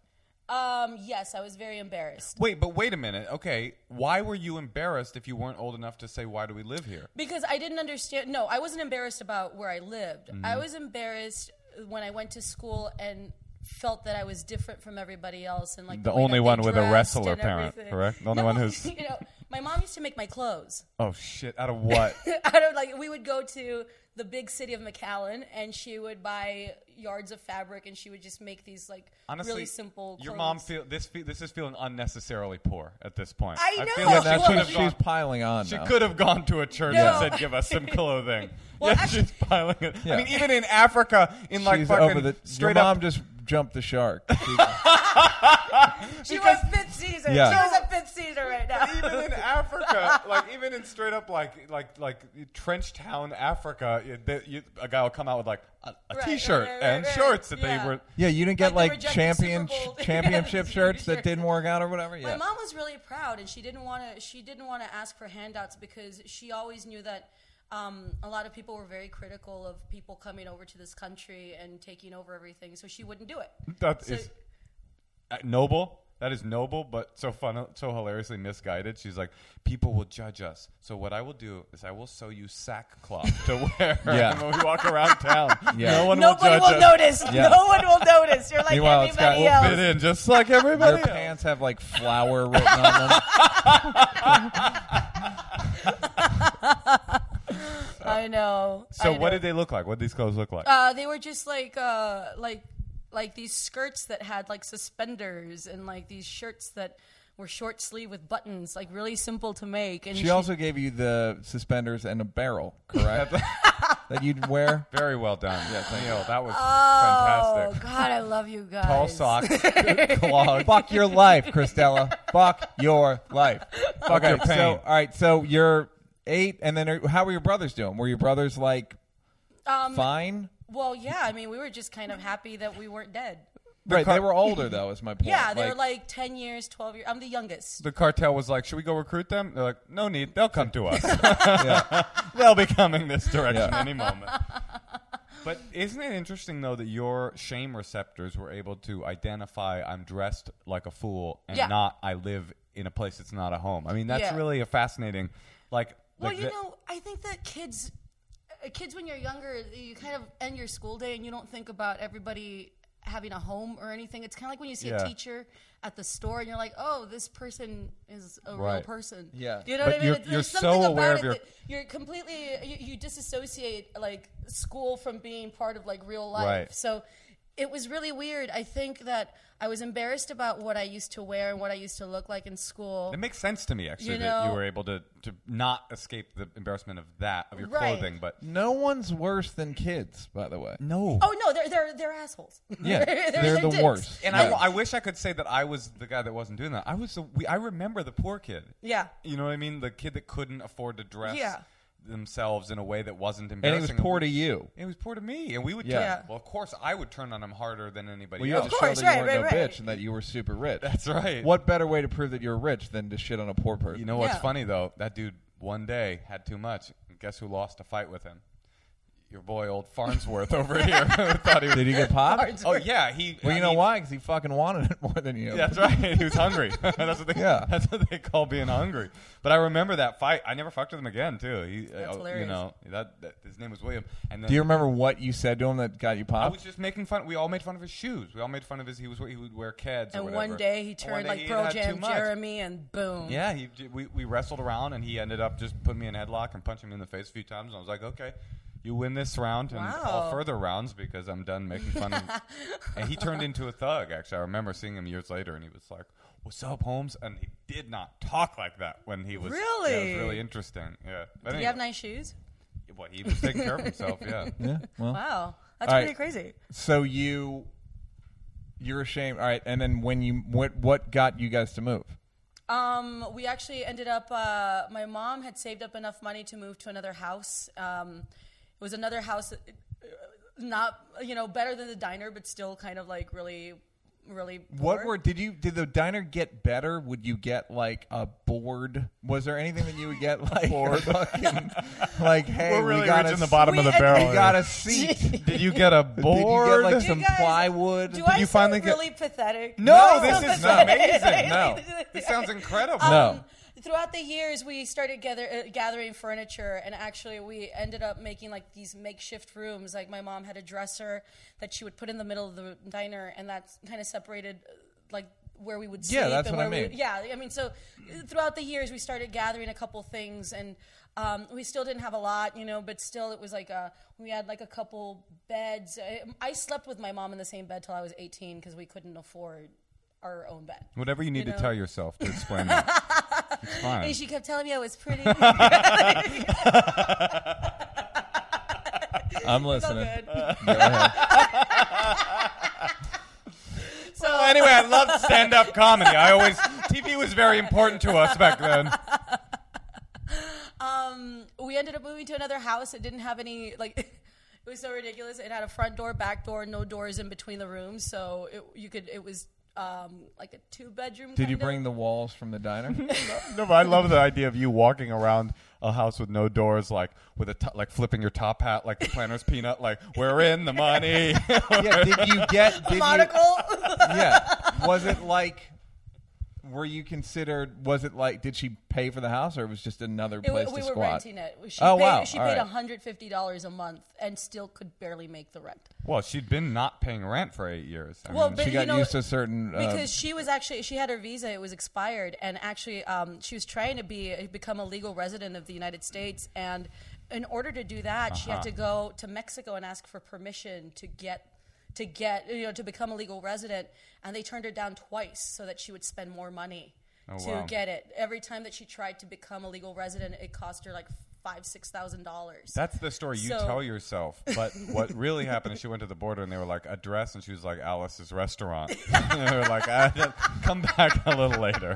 S3: um, yes, I was very embarrassed
S2: Wait, but wait a minute. Okay, why were you embarrassed if you weren't old enough to say why do we live here?
S3: because I didn't understand. No, I wasn't embarrassed about where I lived.
S2: Mm-hmm.
S3: I was embarrassed when I went to school and felt that I was different from everybody else and like
S2: The
S3: way
S2: only
S3: that they
S2: one with a
S3: dressed
S2: wrestler
S3: and
S2: parent,
S3: everything.
S2: correct? The only
S3: No,
S2: one who's-
S3: you know, my mom used to make my clothes.
S2: Oh shit! Out of what?
S3: I don't like. We would go to the big city of McAllen, and she would buy yards of fabric, and she would just make these like
S2: Honestly,
S3: really simple. Clothes.
S2: Your mom feel this. Fe- this is feeling unnecessarily poor at this point.
S3: I know.
S2: feel
S3: Yeah,
S2: like
S1: That's
S2: she
S1: what
S2: could have
S1: she's
S2: gone.
S1: piling on.
S2: She
S1: now.
S2: could have gone to a church
S3: No.
S2: and said, "Give us some clothing."
S3: Well,
S2: yeah,
S3: actually-
S2: she's piling it. I
S1: Yeah.
S2: mean, even in Africa, in like
S1: She's
S2: fucking
S1: over the.
S2: straight
S1: Your
S2: up
S1: mom just jumped the shark. She-
S3: She was fifth Caesar.
S2: Yeah.
S3: She was a fifth Caesar right now.
S2: even in Africa, like even in straight up like like like trench town Africa, you, they, you, a guy will come out with like a a
S3: Right,
S2: t-shirt
S3: right, right,
S2: and
S3: right,
S2: shorts that
S3: yeah.
S2: they were.
S1: Yeah, you didn't get like,
S3: Like the rejected
S1: champion
S3: Super Bowl.
S1: championship
S3: Yeah,
S1: shirts
S3: sure.
S1: that didn't work out or whatever. Yeah.
S3: My mom was really proud, and she didn't want to. She didn't want to ask for handouts because she always knew that um, a lot of people were very critical of people coming over to this country and taking over everything. So she wouldn't do it.
S2: That
S3: So,
S2: is uh, noble. That is noble, but so fun, so hilariously misguided. She's like, people will judge us. So what I will do is I will sew you sackcloth to wear
S1: Yeah.
S2: when we walk around town.
S1: Yeah.
S2: No one
S3: nobody
S2: will
S3: will
S2: judge us.
S3: notice. No one will notice. You're like
S1: Meanwhile, it's got-
S3: everybody
S1: we'll
S2: Fit
S3: else.
S2: in just like
S1: Their
S2: everybody. else.
S1: pants have like flour written on them.
S3: I know.
S2: So
S3: I
S2: what
S3: know.
S2: did they look like? What did these clothes look like?
S3: Uh, they were just like uh, like like these skirts that had like suspenders and like these shirts that were short sleeve with buttons, like really simple to make. And
S1: She also gave you the suspenders and a barrel, correct? that you'd wear.
S2: Very well done. Yeah, Neil, that was
S3: oh
S2: fantastic.
S3: God, I love you guys.
S2: Tall socks.
S1: Clog. Fuck your life, Christella. Fuck your life. Fuck
S2: your pain.
S1: So, all right, so you're eight, and then are, how were your brothers doing? Were your brothers like
S3: Um,
S1: fine?
S3: Well, yeah, I mean, we were just kind of happy that we weren't dead.
S1: Right, they were older though. Is my point.
S3: Yeah, they're like ten years, twelve years. I'm the youngest.
S2: the cartel was like, "Should we go recruit them?" They're like, "No need. They'll come to us. They'll be coming this direction any moment." But isn't it interesting though that your shame receptors were able to identify I'm dressed like a fool and
S3: Yeah.
S2: not I live in a place that's not a home. I mean, that's
S3: Yeah.
S2: really a fascinating like
S3: Well,
S2: like
S3: you
S2: the-
S3: know, I think that kids, uh, kids, when you're younger, you kind of end your school day and you don't think about everybody having a home or anything. It's kind of like when you see
S2: Yeah.
S3: a teacher at the store and you're like, "Oh, this person is a real
S2: Right.
S3: person."
S1: Yeah.
S3: you know
S2: But
S3: what I mean.
S2: you're-
S3: It's-
S2: you're
S3: there's something
S2: so aware of
S3: about it
S2: your-
S3: that You're completely you, you disassociate like school from being part of like real life.
S2: Right.
S3: So it was really weird. I think that I was embarrassed about what I used to wear and what I used to look like in school.
S2: It makes sense to me actually
S3: You
S2: that you
S3: know-
S2: were able to to not escape the embarrassment of that of your
S3: Right.
S2: clothing, but
S1: no one's worse than kids, by the way.
S2: no.
S3: Oh no, they're they're they're assholes.
S1: Yeah,
S3: They're-
S1: they're,
S3: they're
S1: the
S3: dicks.
S1: worst.
S2: And
S1: Yeah.
S2: I, I wish I could say that I was the guy that wasn't doing that. I was the we, I remember the poor kid.
S3: Yeah.
S2: You know what I mean? The kid that couldn't afford to dress
S3: Yeah.
S2: themselves in a way that wasn't
S1: and
S2: embarrassing.
S1: it was poor to you.
S2: It was poor to me, and we would.
S1: Yeah.
S2: Turn,
S3: Yeah.
S2: Well, of course, I would turn on him harder than anybody
S1: Well, you
S2: else.
S1: have to
S3: Of course,
S1: show that you
S3: right,
S1: weren't
S3: right,
S1: no
S3: right.
S1: bitch and that you were super rich.
S2: That's right.
S1: What better way to prove that you're rich than to shit on a poor person?
S2: You know what's
S3: Yeah.
S2: funny though? That dude one day had too much. And guess who lost a fight with him? Your boy, old Farnsworth over here. thought he was.
S1: Did he get popped?
S2: Oh yeah, he.
S1: Well,
S2: I
S1: you know
S2: mean,
S1: why? Because he fucking wanted it more than you.
S2: That's right. He was hungry. that's what they.
S1: Yeah.
S2: That's what they call being hungry. But I remember that fight. I never fucked with him again, too. He,
S3: That's
S2: uh, You
S3: hilarious.
S2: know, that, that his name was William. And then
S1: Do you remember what you said to him that got you
S2: I
S1: popped?
S2: was just making fun. We all made fun of his shoes. We all made fun of his. He was he would wear keds. or
S3: And
S2: whatever.
S3: one day he
S2: And
S3: turned
S2: one day
S3: like
S2: he
S3: Pearl
S2: had too
S3: Jam
S2: much.
S3: Jeremy, and boom.
S2: Yeah, he, we, we wrestled around, and he ended up just putting me in a headlock and punching me in the face a few times. And I was like, okay, you win this round and all
S3: Wow.
S2: further rounds because I'm done making fun of him. and he turned into a thug, actually. I remember seeing him years later, and he was like, what's up, Holmes? And he did not talk like that when he was. yeah, it
S3: Really?
S2: was really interesting. Yeah. But
S3: Do you
S2: anyway,
S3: have nice shoes?
S2: well, he was taking care of himself, yeah.
S1: yeah. Well,
S3: Wow, that's
S1: All right.
S3: pretty crazy.
S1: so you you're ashamed. All right, and then when you what what got you guys to move?
S3: Um, we actually ended up. Uh, my mom had saved up enough money to move to another house. Um, it was another house, that- not you know better than the diner, but still kind of like really, really.
S1: What
S3: poor.
S1: were did you did the diner get better? Would you get like a board? Was there anything that you would get like a fucking like hey
S2: We're really
S1: we got
S2: reaching
S1: a,
S2: the bottom
S3: We
S2: of the
S3: ad-
S2: barrel.
S1: we got a
S2: here.
S1: seat.
S2: Did you get a board?
S1: like,
S3: You
S1: some
S3: guys-
S1: plywood?
S3: Do
S1: Did
S3: I
S1: you
S3: sound
S1: finally get-
S3: really pathetic?
S2: no,
S3: Do I sound
S2: this is
S1: No.
S2: amazing.
S1: No.
S2: This sounds incredible.
S3: Oh,
S1: no.
S3: throughout the years we started gather, uh, gathering furniture and actually we ended up making like these makeshift rooms like my mom had a dresser that she would put in the middle of the diner and that kind of separated uh, like where we would sleep
S1: Yeah, that's
S3: and
S1: what I
S3: where we
S1: mean.
S3: would- yeah i mean so uh, throughout the years we started gathering a couple things and um, we still didn't have a lot you know but still it was like a, we had like a couple beds I, I slept with my mom in the same bed till i was 18 because we couldn't afford our own bed
S2: Whatever you need to
S3: know?
S2: tell yourself to explain that. It's fine.
S3: and she kept telling me i was pretty
S1: I'm
S3: It's all
S1: listening.
S3: good.
S1: Go ahead.
S3: So so
S2: Anyway, I loved stand-up comedy. I always TV was very important to us back then.
S3: Um, we ended up moving to another house. It didn't have any like. It was so ridiculous. It had a front door, back door, no doors in between the rooms, so it, you could. It was um, like a two bedroom.
S1: Did you bring the walls from the diner?
S2: No, but I love the idea of you walking around a house with no doors, like with a to- like flipping your top hat, like the planner's peanut, like we're in the money.
S1: yeah. Did you get did You,
S3: monocle?
S1: yeah. Was it like? Were you considered? Was it like? Did she pay for the house, or it was just another
S3: It-
S1: place
S3: we
S1: to
S3: were
S1: squat?
S3: renting it. She
S1: Oh,
S3: paid,
S1: wow.
S3: She
S1: All
S3: paid
S1: right.
S3: hundred fifty dollars a month and still could barely make the rent.
S2: well, she'd been not paying rent for eight years. I
S3: Well,
S2: mean,
S3: but
S1: She
S3: you
S1: got
S3: know,
S1: used to certain. Uh,
S3: because she was actually she had her visa it was expired and actually um, she was trying to be become a legal resident of the united states and in order to do that she had to go to mexico and ask for permission to get to get you know to become a legal resident and they turned her down twice so that she would spend more money to
S2: wow.
S3: get it every time that she tried to become a legal resident it cost her like five six thousand dollars
S2: That's the story you
S3: So-
S2: tell yourself. But what really happened is she went to the border and they were like, address, and she was like, Alice's restaurant. and they were like, "Ah, come back a little later.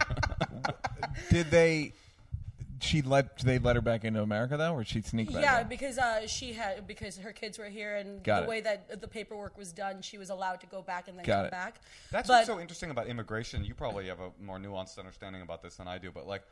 S1: did they? She let they let her back into America though, or she sneak back?
S3: Yeah,
S1: in?
S3: because uh, she had because her kids were here, and
S1: Got
S3: the
S1: it.
S3: way that the paperwork was done, she was allowed to go back and then
S1: Got
S3: come
S1: it.
S3: back.
S2: That's
S3: but
S2: what's so interesting about immigration. You probably have a more nuanced understanding about this than I do, but like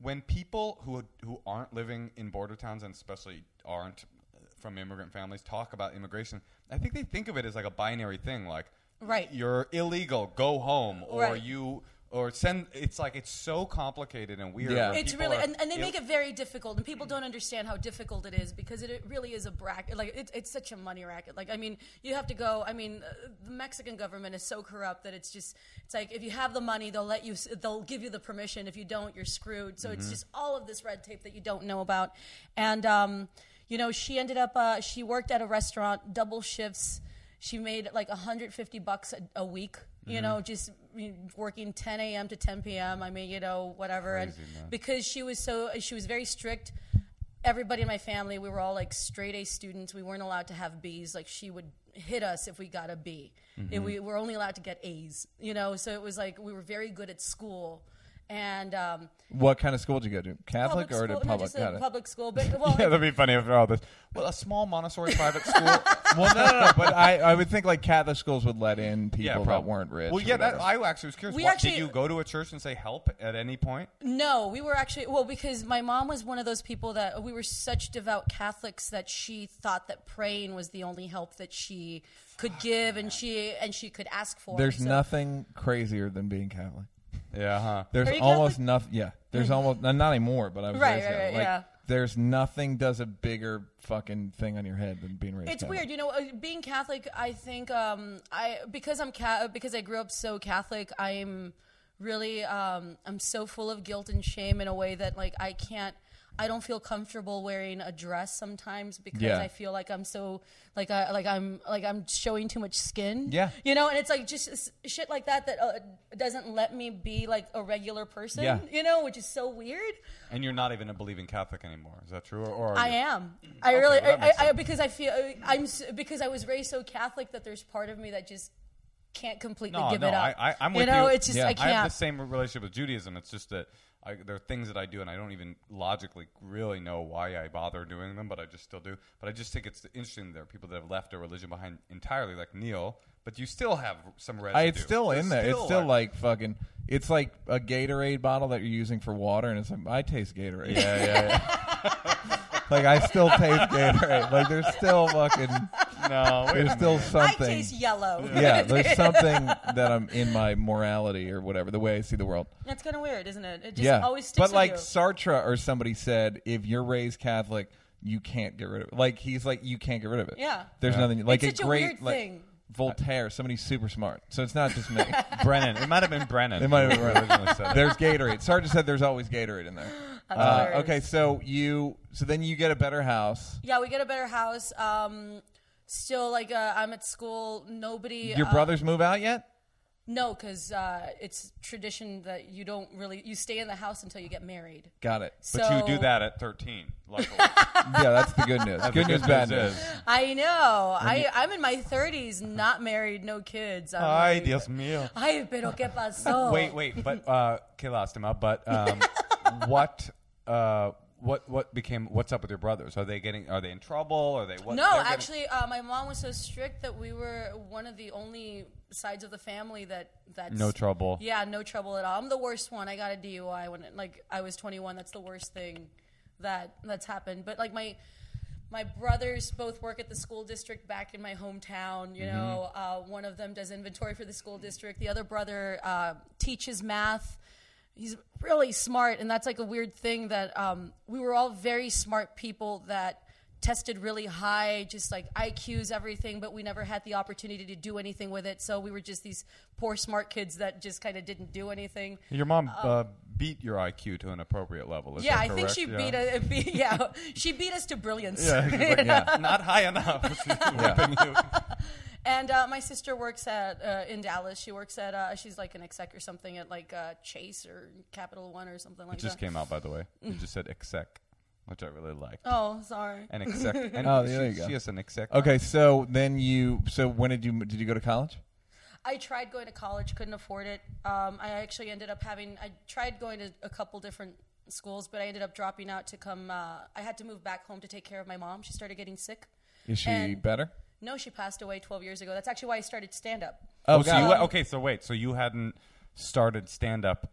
S2: when people who who aren't living in border towns and especially aren't uh, from immigrant families talk about immigration, I think they think of it as like a binary thing, like
S3: Right.
S2: you're illegal, go home, or
S3: Right.
S2: you or send. It's like it's so complicated and weird.
S1: Yeah.
S2: where
S3: it's
S2: people
S3: really
S2: are
S3: and, and they
S2: ill-
S3: make it very difficult, and people don't understand how difficult it is because it, it really is a bracket. Like it, it's such a money racket. Like I mean, you have to go. I mean, uh, the Mexican government is so corrupt that it's just it's like if you have the money, they'll let you. s- They'll give you the permission. If you don't, you're screwed. So it's just all of this red tape that you don't know about, and um, you know, she ended up. Uh, she worked at a restaurant, double shifts. she made like 150 bucks a, a week you know just I mean, working 10 a.m to 10 p.m i mean you know whatever and because she was so she was very strict everybody in my family we were all like straight a students we weren't allowed to have b's like she would hit us if we got a B.
S1: Mm-hmm.
S3: and we were only allowed to get a's you know so it was like we were very good at school and um,
S1: What kind of school did you go to? Catholic or
S3: school,
S1: to
S3: no,
S1: public?
S3: just a
S1: Got it.
S3: public school, but well,
S2: Yeah, that'd be funny after all this. Well, a small Montessori private school.
S1: well, no, no, no. But I, I would think like Catholic schools would let in people that
S2: probably.
S1: weren't rich.
S2: Well,
S1: or
S2: yeah, that,
S1: whatever.
S2: I actually was curious.
S3: We
S2: Why-
S3: actually-
S2: did you go to a church and say help at any point?
S3: No, we were actually well because my mom was one of those people that we were such devout Catholics that she thought that praying was the only help that she could give and she and she could ask for.
S1: Ah. There's
S3: So-
S1: nothing crazier than being Catholic.
S2: Yeah, huh?
S1: There's
S3: Are you
S1: almost
S3: Catholic? Mm.
S1: nothing. Yeah, there's almost no, not anymore. But I was
S3: Right,
S1: raised
S3: right,
S1: Catholic.
S3: right,
S1: Like,
S3: yeah.
S1: There's nothing does a bigger fucking thing on your head than being raised.
S3: It's
S1: Catholic.
S3: weird, you know. uh, Being Catholic, I think um, I because I'm ca- because I grew up so Catholic, I'm really um, I'm so full of guilt and shame in a way that like I can't. I don't feel comfortable wearing a dress sometimes because
S1: Yeah.
S3: I feel like I'm so like I like I'm like I'm showing too much skin.
S1: Yeah.
S3: you know, and it's like just s- shit like that that uh, doesn't let me be like a regular person.
S1: Yeah.
S3: you know, which is so weird.
S2: And you're not even a believing Catholic anymore. Is that true? Or, or are
S3: I
S2: you?
S3: am. I really,
S2: Mm-hmm. well, that
S3: I,
S2: makes
S3: I, I, because I feel I'm s- because I was raised so Catholic that there's part of me that just can't completely
S2: No,
S3: give
S2: no,
S3: it up.
S2: I, I, I'm
S3: you
S2: with
S3: know,
S2: you.
S3: it's just I
S2: I have the
S3: can't.
S2: same relationship with Judaism. It's just that I, there are things that I do, and I don't even logically really know why I bother doing them, but I just still do. But I just think it's interesting. There are people that have left their religion behind entirely, like Neil. But you still have some residue.
S1: I, it's still
S2: There's
S1: in there. it's still like fucking. It's like a Gatorade bottle that you're using for water, and it's like I taste Gatorade. Yeah, yeah, yeah. like I still taste Gatorade. Like there's still fucking.
S2: no. Wait a
S1: There's
S2: minute.
S1: still
S3: I
S1: something.
S3: taste yellow.
S1: yeah, there's something that I'm in my morality or whatever, the way I see the world.
S3: That's kind of weird, isn't it? It just
S1: yeah,
S3: always sticks
S1: but
S3: with
S1: like
S3: you.
S1: Sartre or somebody said, if you're raised Catholic, you can't get rid of it. Like he's like, you can't get rid of it.
S3: Yeah.
S1: there's nothing like
S3: It's
S1: a
S3: such a
S1: great
S3: weird
S1: like,
S3: thing.
S1: Voltaire, somebody super smart. So it's not just me.
S2: Brennan. It might have been Brennan.
S1: It might have been
S2: who
S1: Brennan.
S2: originally said that.
S1: there's Gatorade. Sartre said there's always Gatorade in there. Uh,
S3: hilarious.
S1: okay, so you so then you get a better house.
S3: yeah, we get a better house. Um, still, like uh, I'm at school. Nobody.
S1: Your
S3: uh,
S1: brothers move out yet?
S3: No, because uh, it's tradition that you don't really you stay in the house until you get married.
S1: Got it.
S3: So
S2: But you do that at 13. Luckily.
S1: Yeah, that's the good news. good news, bad news.
S3: I know. I I'm in my 30s, not married, no kids. I'm
S2: Ay,
S3: like,
S2: Dios mío.
S3: Ay, pero qué pasó?
S2: Wait, wait, but uh, que lástima. But um, what, uh, what, what became? What's up with your brothers? Are they getting? Are they in trouble? Are they? What,
S3: No,
S2: they're getting-
S3: actually, uh, my mom was so strict that we were one of the only sides of the family that that's
S2: No trouble.
S3: Yeah, no trouble at all. I'm the worst one. I got a DUI when like I was 21. That's the worst thing that that's happened. But like my my brothers both work at the school district back in my hometown.
S2: Mm-hmm.
S3: You know, uh, one of them does inventory for the school district. The other brother uh, teaches math. He's really smart, and that's like a weird thing that um, we were all very smart people that tested really high, just like IQs, everything, but we never had the opportunity to do anything with it. So we were just these poor smart kids that just kind of didn't do anything.
S2: Your mom uh, beat your IQ to an appropriate level. Is
S3: yeah,
S2: that
S3: I think
S2: correct?
S3: she
S2: Yeah.
S3: beat, a, beat yeah, she beat us to brilliance.
S2: yeah, not high enough. She's whipping you.
S3: Oh And uh, my sister works at uh, in Dallas. She works at uh, she's like an exec or something at like uh, Chase or Capital One or something like
S2: It just
S3: that.
S2: came out, by the way. You just said exec, which I really like.
S3: Mm. Oh, sorry.
S2: An exec. And
S1: Oh,
S2: she,
S1: there you go.
S2: She is an exec.
S1: Okay, so then you. So when did you? Did you go to college?
S3: I tried going to college, couldn't afford it. Um, I actually ended up having, I tried going to a couple different schools, but I ended up dropping out to come. Uh, I had to move back home to take care of my mom. She started getting sick.
S1: Is she
S3: And-
S1: better?
S3: No, she passed away 12 years ago. That's actually why I started stand up.
S2: Oh,
S1: Oh,
S2: so
S1: God.
S2: you, okay. So wait. So you hadn't started stand up.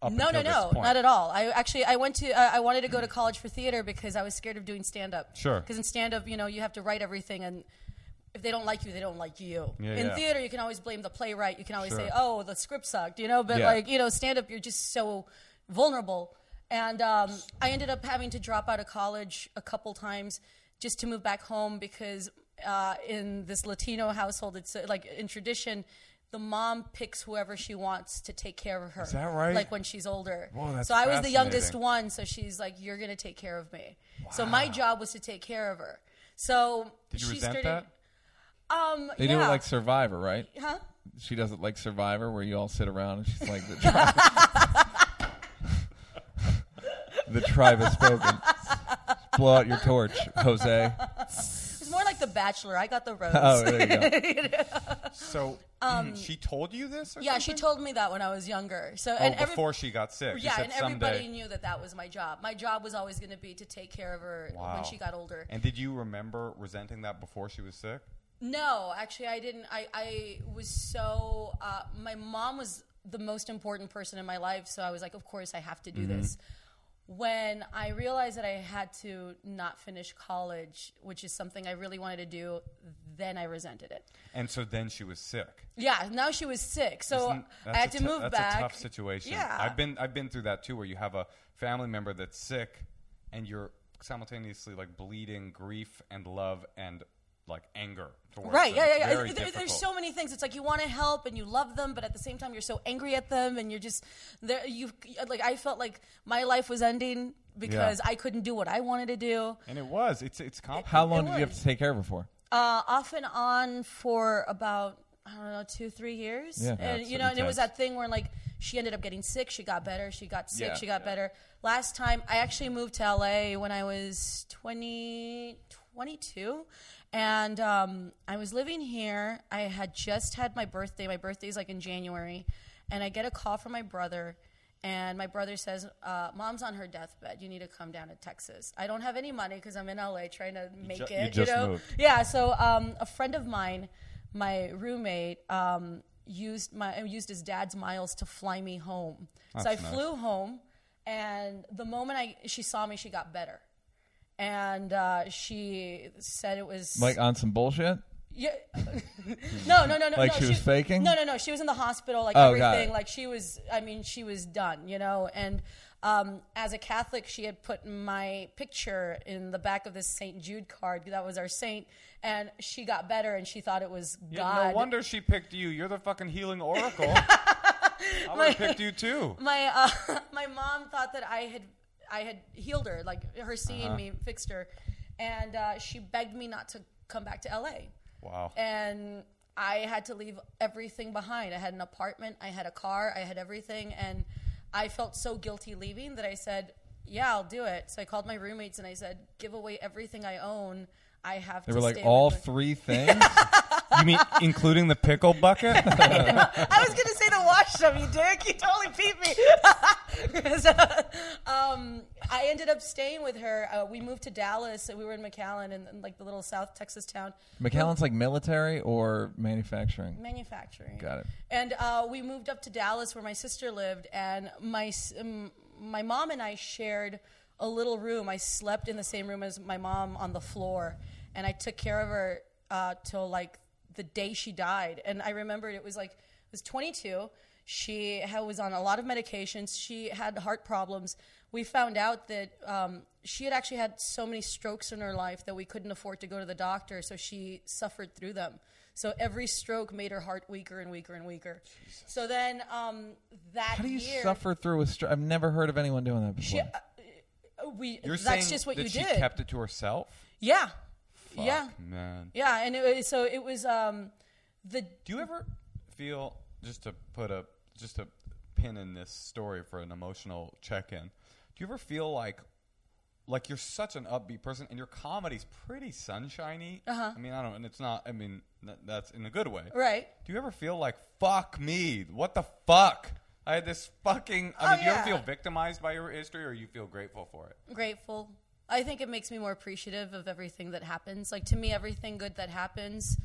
S2: up
S3: No, no,
S2: until
S3: no,
S2: this point.
S3: not at all. I actually, I went to, uh, I wanted to go to college for theater because I was scared of doing stand up.
S2: Sure.
S3: Because in stand up, you know, you have to write everything and. If they don't like you, they don't like you.
S2: Yeah,
S3: in
S2: yeah.
S3: theater, you can always blame the playwright. You can always say,
S2: Sure.
S3: "Oh, the script sucked," you know. But
S1: Yeah.
S3: like you know, stand up, you're just so vulnerable. And um, I ended up having to drop out of college a couple times just to move back home because uh, in this Latino household, it's uh, like in tradition. The mom picks whoever she wants to take care of her. Is
S2: that right?
S3: Like when she's older.
S2: Whoa, that's
S3: so I was the youngest
S2: fascinating.
S3: one, so she's like, "You're gonna take care of me." So my job was to take care of her. So
S2: Did you
S3: she
S2: resent
S3: started, Um,
S1: They
S3: yeah.
S1: do it like Survivor, right?
S3: huh?
S1: She does it like Survivor, where you all sit around and she's like, the, the tribe has spoken. Blow out your torch, Jose.
S3: It's more like The Bachelor. I got the rose.
S1: Oh, there you go.
S2: that? So mm, she told you this? Or
S3: Um, yeah,
S2: something?
S3: she told me that when I was younger. So
S2: Oh,
S3: and every-
S2: before she got sick. She
S3: yeah,
S2: said
S3: and everybody
S2: someday.
S3: knew that that was my job. My job was always going to be to take care of her
S2: Wow.
S3: when she got older.
S2: And did you remember resenting that before she was sick?
S3: No, actually, I didn't. I, I was so. Uh, my mom was the most important person in my life, so I was like, of course, I have to do
S2: Mm-hmm.
S3: this. When I realized that I had to not finish college, which is something I really wanted to do, then I resented it.
S2: And so then she was sick.
S3: Yeah, now she was sick, so
S2: Isn't-
S3: I
S2: that's
S3: had
S2: a
S3: to
S2: tou-
S3: move
S2: that's
S3: back.
S2: a tough situation.
S3: Yeah,
S2: I've been I've been through that too, where you have a family member that's sick, and you're simultaneously like bleeding grief and love and like anger towards
S3: Right,
S2: them.
S3: yeah, yeah,
S2: It's
S3: yeah.
S2: very
S3: There- there's
S2: difficult.
S3: so many things. It's like you want to help and you love them, but at the same time, you're so angry at them, and you're just there. You like, I felt like my life was ending because I couldn't do what I wanted to do.
S2: And it was. It's it's complicated.
S3: oh,
S1: How long did you have to take care of her for?
S3: Uh, off and on for about I don't know two, three years,
S1: Yeah. Yeah,
S3: and
S1: it's
S3: you know, and it was
S1: intense.
S3: that thing where like she ended up getting sick, she got better, she got sick,
S1: Yeah.
S3: she got better. Last time, I actually moved to LA when I was 20, 22. And um, I was living here. I had just had my birthday. My birthday's like in January. And I get a call from my brother. And my brother says, uh, Mom's on her deathbed. You need to come down to Texas. I don't have any money because I'm in LA trying to make
S2: ju-
S3: it.
S2: you just
S3: know?
S2: moved.
S3: Yeah. So um, a friend of mine, my roommate, um, used my used his dad's miles to fly me home. so I
S2: That's nice.
S3: flew home, and the moment I she saw me, she got better, and uh, she said it was
S1: Like on some bullshit?
S3: yeah. no, no, no, no.
S1: Like
S3: no,
S1: she was faking?
S3: No, no, no. She was in the hospital, like
S1: Oh, got
S3: everything.
S1: it.
S3: Like she was. I mean, she was done, you know. And um, as a Catholic, she had put my picture in the back of this Saint Jude card. That was our saint, and she got better, and she thought it was God.
S2: Yeah, no wonder she picked you. You're the fucking healing oracle. I would have picked you too.
S3: my uh, my mom thought that I had I had healed her, like her seeing
S1: Uh-huh.
S3: me fixed her, and uh, she begged me not to come back to LA.
S2: Wow.
S3: And I had to leave everything behind. I had an apartment, I had a car, I had everything, and I felt so guilty leaving that I said, "Yeah, I'll do it." So I called my roommates and I said, "Give away everything I own. I have."
S1: They
S3: to
S1: were like
S3: stay
S1: all
S3: with my-"
S1: three things.
S2: You mean including the pickle bucket?
S3: I was gonna say the washtub, you dick. You totally beat me. So, um, I ended up staying with her. Uh, we moved to Dallas. and We were in McAllen, and, and like the little South Texas town.
S1: McAllen's like military or manufacturing.
S3: manufacturing.
S1: Got it.
S3: And uh, we moved up to Dallas where my sister lived, and my s- um, my mom and I shared a little room. I slept in the same room as my mom on the floor, and I took care of her uh, till like the day she died. And I remembered it was like it was 22. She ha- was on a lot of medications. She had heart problems. We found out that um, she had actually had so many strokes in her life that we couldn't afford to go to the doctor, so she suffered through them. So every stroke made her heart weaker and weaker and weaker. So then um, that
S1: How do you
S3: year,
S1: suffer through a stroke? I've never heard of anyone doing that before.
S3: uh, we
S2: You're saying
S3: that's just what
S2: that
S3: you
S2: she
S3: did.
S2: kept it to herself?
S3: yeah, yeah,
S2: Man.
S3: yeah. And it, was- so it was um, the
S2: Do you ever feel just to put a just a pin in this story for an emotional check-in? Do you ever feel like like you're such an upbeat person and your comedy's pretty sunshiny? Uh-huh. I mean, I don't and it's not I mean th- that's in a good way.
S3: right.
S2: Do you ever feel like fuck me? What the fuck? I had this fucking I
S3: Oh,
S2: mean, do you
S3: yeah.
S2: ever feel victimized by your history or you feel grateful for it?
S3: grateful. I think it makes me more appreciative of everything that happens. Like to me, everything good that happens,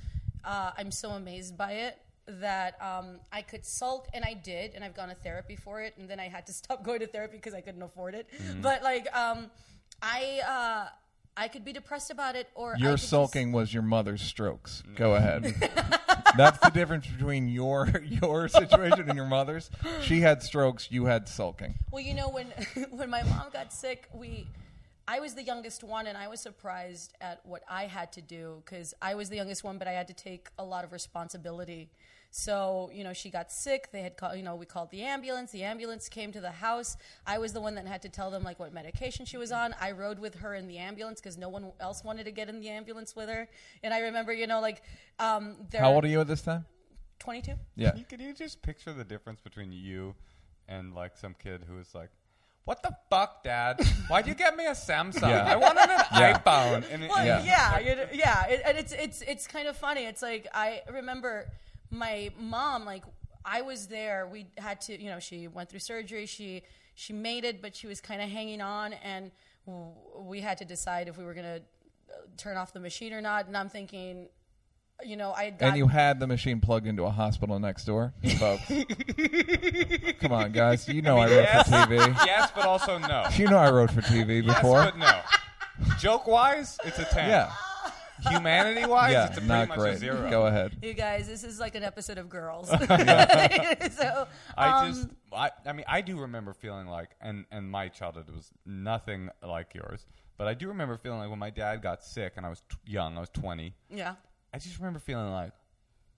S3: uh, I'm so amazed by it that um, I could sulk, and I did, and I've gone to therapy for it, and then I had to stop going to therapy because I couldn't afford it. But like, um, I uh, I could be depressed about it, or I
S1: Your
S3: could just-
S1: sulking was your mother's strokes.
S2: Mm.
S1: Go ahead. That's the difference between your your situation and your mother's. She had strokes, you had sulking.
S3: Well, you know when when my mom got sick, we I was the youngest one, and I was surprised at what I had to do because I was the youngest one, but I had to take a lot of responsibility. So you know, she got sick. They had called. You know, we called the ambulance. The ambulance came to the house. I was the one that had to tell them like what medication she was on. I rode with her in the ambulance because no one else wanted to get in the ambulance with her. And I remember, you know, like um, they're
S2: Er.
S1: How old are you at this time?
S3: Twenty two.
S1: Yeah.
S2: You, can you just picture the difference between you and like some kid who is like, "What the fuck, Dad? Why'd you get me a Samsung?
S1: Yeah.
S2: I wanted an iPhone." And it-
S3: Well,
S1: Yeah.
S3: yeah, you'd- yeah, it, and it's it's it's kind of funny. It's like I remember my mom. Like I was there. We had to, you know, she went through surgery. She she made it, but she was kind of hanging on, and w- we had to decide if we were gonna uh, turn off the machine or not. And I'm thinking, you know, I had got
S1: And you had the machine plugged into a hospital next door, folks. Come on, guys. You know I wrote for TV.
S2: yes, but also no.
S1: You know I wrote for TV
S2: Yes,
S1: before.
S2: but no. Joke wise, it's a ten.
S1: Yeah.
S2: Humanity wise,
S1: Yeah,
S2: it's a pretty
S1: not
S2: much
S1: great. Um,
S2: a zero.
S1: Go ahead.
S3: you guys. This is like an episode of Girls. so
S2: I
S3: um,
S2: just, I, I mean, I do remember feeling like, and and my childhood was nothing like yours, but I do remember feeling like when my dad got sick and I was t- young, I was twenty.
S3: yeah,
S2: I just remember feeling like,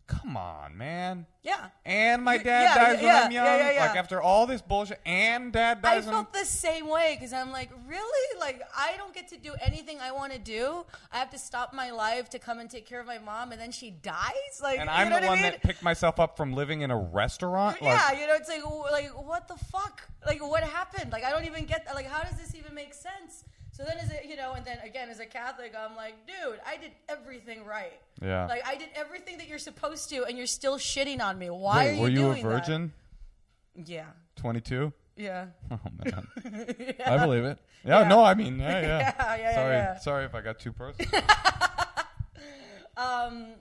S2: come on, man.
S3: yeah.
S2: And my
S3: Y-
S2: dad
S3: yeah,
S2: dies
S3: yeah,
S2: when I'm
S3: yeah,
S2: young.
S3: yeah, yeah, yeah.
S2: Like after all this bullshit, and dad
S3: I
S2: dies. when
S3: felt the same way because I'm like, really? Like, I don't get to do anything I want to do. I have to stop my life to come and take care of my mom, and then she dies. Like,
S2: and
S3: you
S2: I'm
S3: know
S2: the
S3: what
S2: one
S3: I mean?
S2: that picked myself up from living in a restaurant.
S3: yeah,
S2: Like,
S3: you know, it's like, w- like what the fuck? Like, what happened? Like, I don't even get that. Like, how does this even make sense? So then, is it you know? And then again, as a Catholic, I'm like, dude, I did everything right.
S2: Yeah.
S3: Like, I did everything that you're supposed to, and you're still shitting on me. Why are
S2: Wait,
S3: you
S2: were you a
S3: doing that?
S2: virgin?
S3: Yeah.
S2: 22?
S3: Yeah.
S2: Oh man.
S1: I believe it.
S2: Yeah, no, I mean, yeah, yeah.
S3: Yeah, yeah,
S2: sorry,
S3: yeah.
S2: sorry if I got too personal.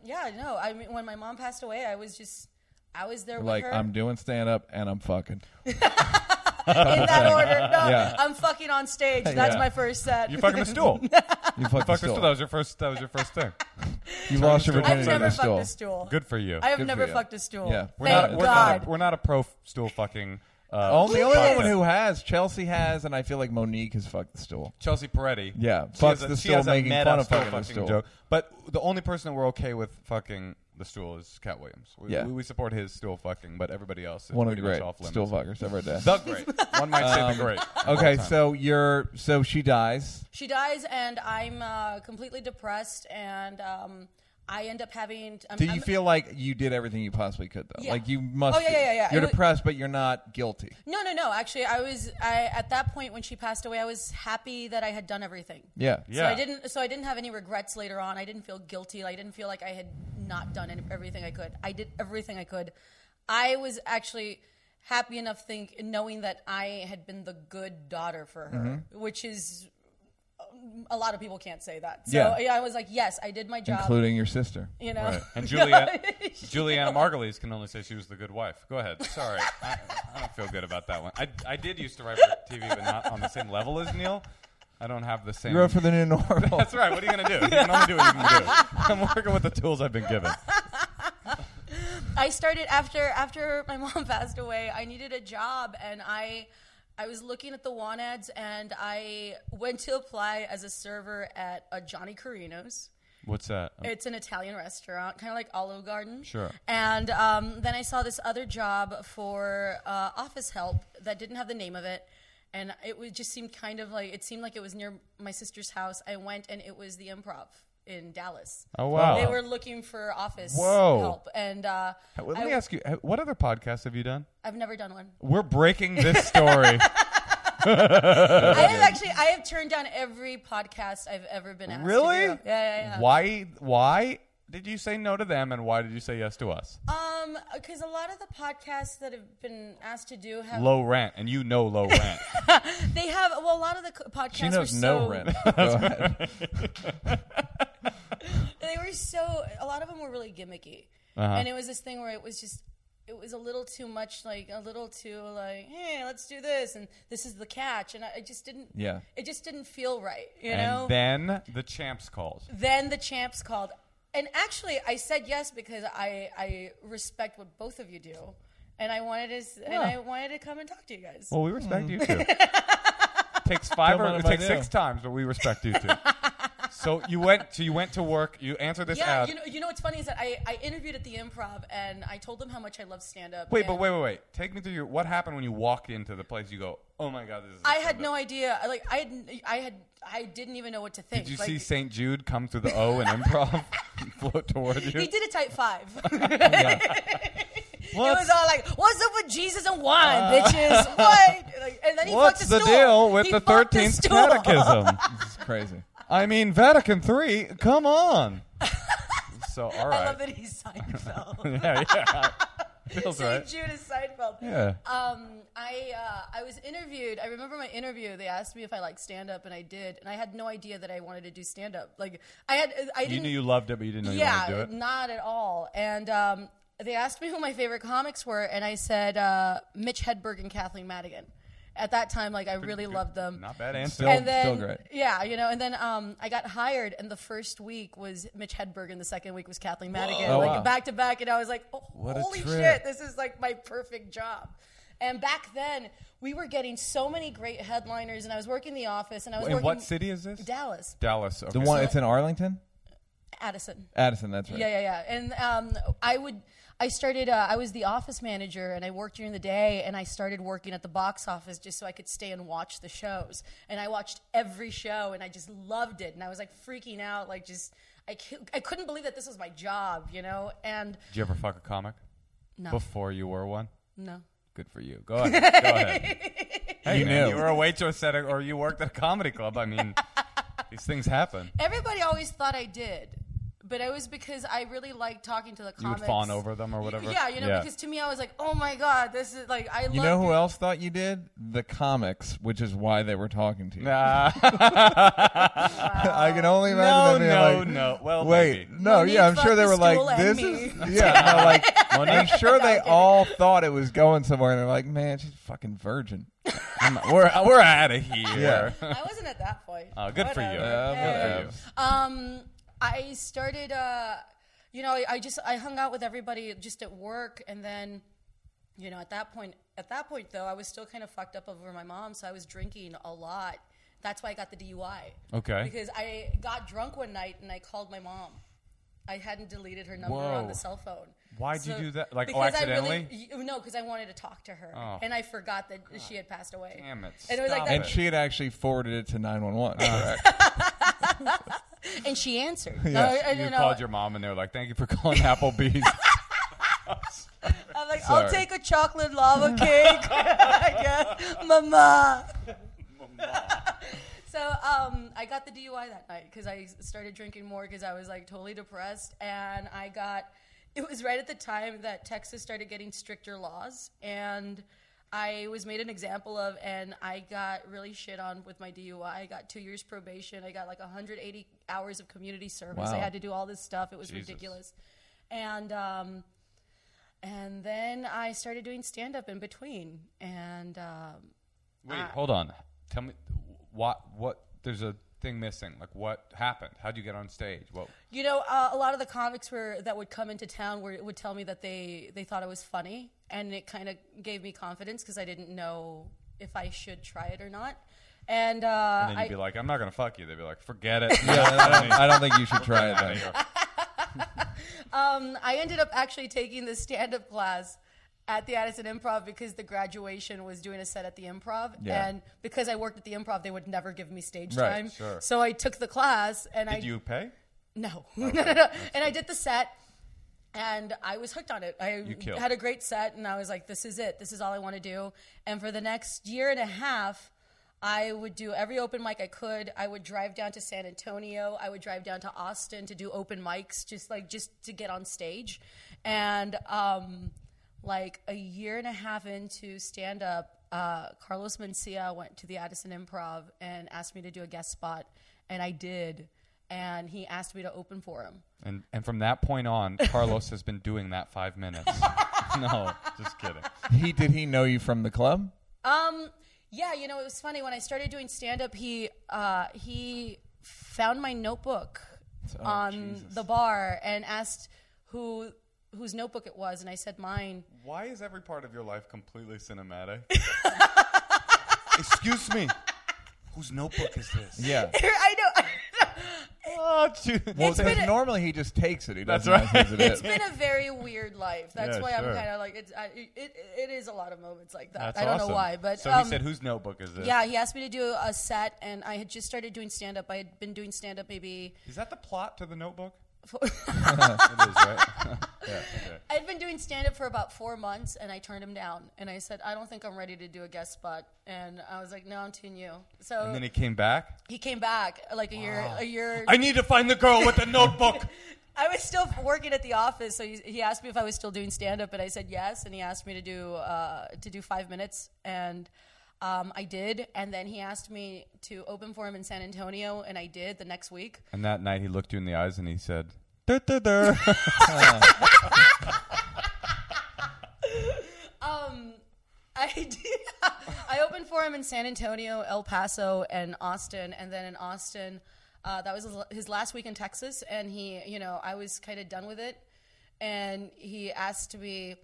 S3: Yeah, no. I mean, when my mom passed away, I was just, I was there with
S1: Like
S3: her
S1: I'm doing stand up and I'm fucking.
S3: in that order. No,
S1: Yeah.
S3: I'm fucking on stage. That's
S1: Yeah.
S3: my first set.
S2: You fucking a stool. You
S1: You fucking
S2: fucked a
S1: still.
S2: stool. That was your first. That was your first thing.
S1: You lost your
S2: I've
S1: virginity
S3: I've
S1: to
S3: never
S1: the
S3: fucked
S1: stool.
S3: a stool.
S2: Good for you.
S3: I have
S1: Good for
S3: never
S1: you.
S3: fucked a stool.
S1: Yeah.
S2: we're
S3: Thank
S2: not. We're
S3: God.
S2: not. A, we're not a pro f- stool fucking. Uh,
S1: Only, only
S2: podcast.
S1: one who has Chelsea has, and I feel like Monique has fucked the stool.
S2: Chelsea Peretti.
S1: Yeah,
S2: She
S1: fucks
S2: has a-
S1: the
S2: she
S1: stool,
S2: has a
S1: making
S2: meta
S1: fun of
S2: stool
S1: fucking the stool.
S2: joke. But the only person that we're okay with fucking the stool is Cat Williams. We,
S1: Yeah.
S2: we, we support his stool fucking, but everybody else is
S1: One of the great
S2: pretty much off limits.
S1: stool fuckers ever did.
S2: the great. One might say the great.
S1: Okay, so you're so she dies.
S3: She dies, and I'm uh, completely depressed, and um, I end up having. I'm,
S1: Did you
S3: I'm-
S1: feel like you did everything you possibly could though?
S3: Yeah.
S1: Like you must.
S3: Oh, yeah, yeah, yeah, yeah.
S1: You're
S3: It wa-
S1: depressed, but you're not guilty.
S3: No, no, no. Actually, I was I, at that point when she passed away. I was happy that I had done everything.
S1: Yeah.
S3: So
S2: Yeah.
S3: I didn't. So I didn't have any regrets later on. I didn't feel guilty. I didn't feel like I had not done any- everything I could. I did everything I could. I was actually happy enough, think knowing that I had been the good daughter for her, which is um, a lot of people can't say that. So
S1: Yeah.
S3: yeah. I was like, yes, I did my job.
S1: Including your sister.
S3: you know.
S1: Right.
S2: And Julia, Juliana Margulies can only say she was the good wife. Go ahead. Sorry, I, I don't feel good about that one. I, I did used to write for TV, but not on the same level as Neil. I don't have the same.
S1: You wrote for the new normal.
S2: That's right. What are you gonna do? You can only do what you can do. I'm working with the tools I've been given.
S3: I started after after my mom passed away. I needed a job, and I I was looking at the want ads, and I went to apply as a server at a Johnny Carino's.
S2: What's that?
S3: It's an Italian restaurant, kind of like Olive Garden.
S2: Sure.
S3: And um, then I saw this other job for uh, office help that didn't have the name of it. And it was, just seemed kind of like, it seemed like it was near my sister's house. I went and it was the improv in Dallas.
S2: Oh, wow.
S3: They were looking for office
S2: Whoa.
S3: help. And uh,
S2: Let me
S3: I-
S2: ask you, uh, what other podcasts have you done?
S3: I've never done one.
S2: We're breaking this story.
S3: I have actually, I have turned down every podcast I've ever been asked. to
S2: really?
S3: do. Yeah, yeah, yeah.
S2: Why? Why did you say no to them, and why did you say yes to us?
S3: Um, because a lot of the podcasts that have been asked to do have
S2: Low rent, and you know low rent.
S3: They have well, a lot of the c- podcasts
S1: She knows
S3: were
S1: no
S3: so
S1: rent. Go ahead.
S3: they were so a lot of them were really gimmicky,
S1: Uh-huh.
S3: and it was this thing where it was just it was a little too much, like a little too like hey, let's do this, and this is the catch, and I, I just didn't
S1: Yeah.
S3: it just didn't feel right, you know.
S2: and then the champs calls.
S3: Then the champs called, and actually I said yes because I I respect what both of you do, and I wanted to s and I wanted to come and talk to you guys.
S2: Well, we
S3: Hmm.
S2: respect you too. takes five
S1: Don't
S2: or
S1: mind
S2: it
S1: if I
S2: takes
S1: do.
S2: six times, but we respect you too. so you went. So you went to work. You answered this
S3: yeah,
S2: ad.
S3: you know, you know what's funny is that I, I interviewed at the improv and I told them how much I love stand up.
S2: wait, but wait, wait, wait. Take me through your. What happened when you walked into the place? You go, oh my god, this is. a
S3: I had
S2: stand-up."
S3: no idea. I, Like I had, I had, I didn't even know what to think.
S2: Did you
S3: like,
S2: see St. Jude come through the O and improv and float toward you?
S3: He did a type five. It
S2: What's- Uh,
S3: was all like, "What's up with Jesus and wine, bitches?" What? Like, and then he
S2: What's
S3: fucked
S2: the
S3: stool.
S2: deal with
S3: He
S2: the
S3: fucked
S2: 13th
S3: stool.
S2: Catechism?
S1: It's crazy.
S2: I mean, Vatican III, come on. so, all right.
S3: I love that he's Seinfeld.
S2: Yeah, yeah. Feels
S3: St.
S2: right.
S3: Jude is Seinfeld.
S2: Yeah.
S3: Um, I uh, I was interviewed. I remember my interview. They asked me if I liked stand up, and I did. And I had no idea that I wanted to do stand up. Like I had, I didn't.
S2: You knew you loved it, but you didn't know
S3: yeah,
S2: you wanted to do it.
S3: not at all. And um, they asked me who my favorite comics were, and I said uh, Mitch Hedberg and Kathleen Madigan. At that time, like I really loved them.
S2: Not bad answer.
S1: Still,
S3: and then,
S1: still great.
S3: yeah, you know, and then um, I got hired, and the first week was Mitch Hedberg, and the second week was Kathleen Madigan,
S1: Oh,
S3: like
S1: wow.
S3: back to back, and I was like, oh,
S1: a
S3: holy
S1: trip.
S3: shit, this is like my perfect job. And back then, we were getting so many great headliners, and I was working the office, and I was
S2: In
S3: working
S2: what city is this?
S3: Dallas,
S2: Dallas. Okay.
S1: The one. It's in Arlington.
S3: Addison.
S1: Addison. That's right.
S3: Yeah, yeah, yeah. And um, I would, I started, uh, I was the office manager and I worked during the day and I started working at the box office just so I could stay and watch the shows. And I watched every show and I just loved it. And I was like freaking out, like just, I, cou- I couldn't believe that this was my job, you know? And
S2: Did you ever fuck a comic
S3: no,
S2: before you were one?
S3: no.
S2: Good for you. Go ahead. Go ahead. Hey,
S1: You
S2: man,
S1: knew.
S2: you were a waitress at a, or you worked at a comedy club. I mean, these things happen.
S3: Everybody always thought I did. But it was because I really liked talking to the
S2: You would
S3: comics.
S2: fawn over them or whatever.
S3: Yeah, you know, because to me I was like, oh my god, this is like I.
S1: You
S3: love
S1: know who
S3: doing-
S1: else thought you did? The comics, which is why they were talking to you.
S2: Ah.
S1: I can only
S2: no,
S1: imagine them being
S2: no,
S1: like,
S2: no. Well,
S1: Wait,
S2: maybe.
S1: no,
S3: Monique
S1: yeah, I'm sure
S3: fucked
S1: they
S3: the
S1: were like,
S3: school and
S1: this
S3: me.
S1: is, yeah, no, like, I'm sure they all thought it was going somewhere, and they're like, man, she's a fucking virgin.
S2: Oh, I'm- we're we're out of here.
S3: I wasn't at that point.
S2: Oh, good for you.
S3: Whatever.
S2: Yeah,
S1: good for
S3: Yeah.
S1: you.
S3: Um, I started. Uh, you know, I, I just I hung out with everybody just at work, and then, you know, at that point, at that point though, I was still kind of fucked up over my mom, so I was drinking a lot. That's why I got the DUI.
S2: Okay.
S3: Because I got drunk one night and I called my mom. I hadn't deleted her number on
S2: Whoa.
S3: the cell phone.
S2: Why'd you do that? Like, oh,
S3: because I
S2: accidentally?
S3: really, no, because I wanted to talk to her,
S2: Oh.
S3: and I forgot that she had passed away.
S2: Damn it,
S3: And it was like
S2: stop
S3: that
S2: it. Ah.
S1: And she had actually forwarded it to 911.
S3: and she answered.
S2: Yes,
S3: I- I-
S2: you
S3: you know,
S2: called your mom and they were like, "Thank you for calling Applebee's."
S3: I'm like, I'll
S2: Sorry.
S3: take a chocolate lava cake, I guess, mama. so um, I got the DUI that night because I started drinking more because I was like totally depressed, and I got. It was right at the time that Texas started getting stricter laws, and I was made an example of, and I got really shit on with my DUI. I got two years probation. I got like 180 hours of community service. I
S1: Wow.
S3: had to do all this stuff. It was ridiculous, and. Um, and then I started doing stand up in between. And um,
S2: Wait, hold on. Tell me what what there's a thing missing. Like what happened? How'd you get on stage? What
S3: you know, uh, a lot of the comics were that would come into town were would tell me that they they thought I was funny, and it kind of gave me confidence because I didn't know if I should try it or not. And, uh,
S2: and then you'd
S3: I,
S2: be like, "I'm not gonna fuck you." They'd be like, "Forget it."
S1: I don't, I don't think you should try it. Then.
S3: I ended up actually taking the stand up class at the Addison Improv because the graduation was doing a set at the Improv.
S1: Yeah.
S3: And because I worked at the Improv, they would never give me stage
S1: Right,
S3: time.
S2: sure.
S3: So I took the class and I
S2: Did you pay?
S3: No, no, no, no. And I did the set, and I was hooked on it. I
S2: killed.
S3: had a great set, and I was like, "This is it. This is all I want to do." And for the next year and a half, I would do every open mic I could. I would drive down to San Antonio. I would drive down to Austin to do open mics, just like just to get on stage. And um, like a year and a half into stand up, uh, Carlos Mencia went to the Addison Improv and asked me to do a guest spot, and I did. And he asked me to open for him.
S2: And and from that point on, Carlos has been doing that five minutes. no, just kidding.
S1: He did he know you from the club?
S3: Um, yeah, you know, it was funny when I started doing stand up. He uh, he found my notebook
S2: Oh,
S3: on the bar and asked who whose notebook it was, and I said mine.
S2: Why is every part of your life completely cinematic? Excuse me. Whose notebook is this?
S1: Yeah.
S3: I know.
S2: Oh, shoot.
S1: Well,
S3: It's been
S1: because
S3: a-
S1: normally he just takes it. He
S2: That's
S1: doesn't
S2: right.
S1: recognize it is.
S3: It's been a very weird life. That's
S2: Yeah,
S3: why
S2: sure.
S3: I'm kind of like it's, I, it. It is a lot of moments like that.
S2: That's
S3: I don't
S2: awesome.
S3: know why, but
S2: so
S3: um,
S2: he said, "Whose notebook is this?"
S3: yeah, he asked me to do a set, and I had just started doing stand up. I had been doing stand up maybe
S2: Is that the plot to the notebook?
S3: for-
S2: it is, right? yeah. Okay.
S3: I had been doing stand up for about four months and I turned him down. And I said, I don't think I'm ready to do a guest spot. And I was like, no, I'm too new. So
S2: And then he came back.
S3: he came back like a year, a year.
S2: I need to find the girl with the notebook.
S3: I was still working at the office, so he, he asked me if I was still doing stand up, and I said yes. And he asked me to do uh, to do five minutes, and um, I did. And then he asked me to open for him in San Antonio, and I did the next week.
S2: and that night, he looked you in the eyes and he said, "Dur, dur, dur."
S3: I did. I opened for him in San Antonio, El Paso, and Austin, and then in Austin, uh, that was his- his last week in Texas, and he, you know, I was kind of done with it, and he asked me.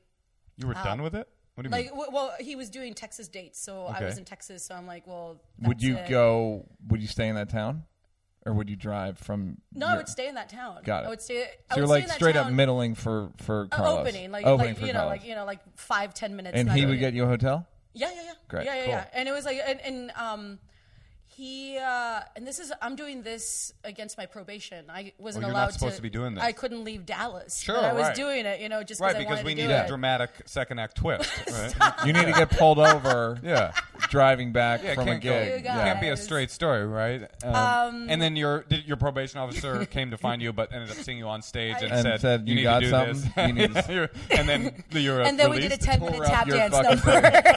S2: You were done with it? What do you
S1: Hmm.
S3: Like,
S2: mean?
S3: w- well, he was doing Texas dates, so I
S2: Okay.
S3: was in Texas. So I'm like, well,
S1: Would
S3: that's
S1: you
S3: it.
S1: go? Would you stay in that town, or would you drive from?
S3: No, I
S1: your-
S3: would stay in that town.
S1: Got it.
S3: I would stay. I
S1: So you're
S3: would stay in
S1: like
S3: that
S1: straight up
S3: town.
S1: middling for for
S3: Uh,
S1: Carlos.
S3: opening, like,
S1: Opening
S3: like you know,
S1: Carlos.
S3: like you know, like five ten minutes.
S1: and
S3: not
S1: he
S3: really.
S1: would get you a hotel.
S3: Yeah, yeah, yeah.
S1: Great,
S3: Yeah, yeah,
S1: cool.
S3: yeah. And it was like, and, and um, he uh, and this is I'm doing this against my probation. I wasn't
S2: Well, you're not
S3: allowed
S2: supposed to be doing this.
S3: I couldn't leave Dallas.
S2: Sure,
S3: but I was
S2: right.
S3: doing it, you know, just
S2: Right,
S3: I
S2: because
S3: wanted
S2: we
S3: to
S2: need
S3: do
S2: a
S3: it.
S2: dramatic second act twist. Right?
S1: You need to get pulled over.
S2: yeah.
S1: Driving back
S2: Yeah, it
S1: from a
S2: can't,
S1: gig.
S3: You
S2: go,
S3: got
S2: can't be a
S3: guys.
S2: straight story, right? Um, and then your did, your probation officer came to find you, but ended up seeing you on stage and,
S1: And
S2: said,
S1: said,
S2: "You
S1: "You
S2: need
S1: got
S2: to do
S1: something?
S2: this."
S1: You need to-
S2: You're- and then you were
S3: And then we did a
S2: released.
S3: ten minute
S1: Tore up
S3: tap
S1: your
S3: dance
S1: fucking
S3: number.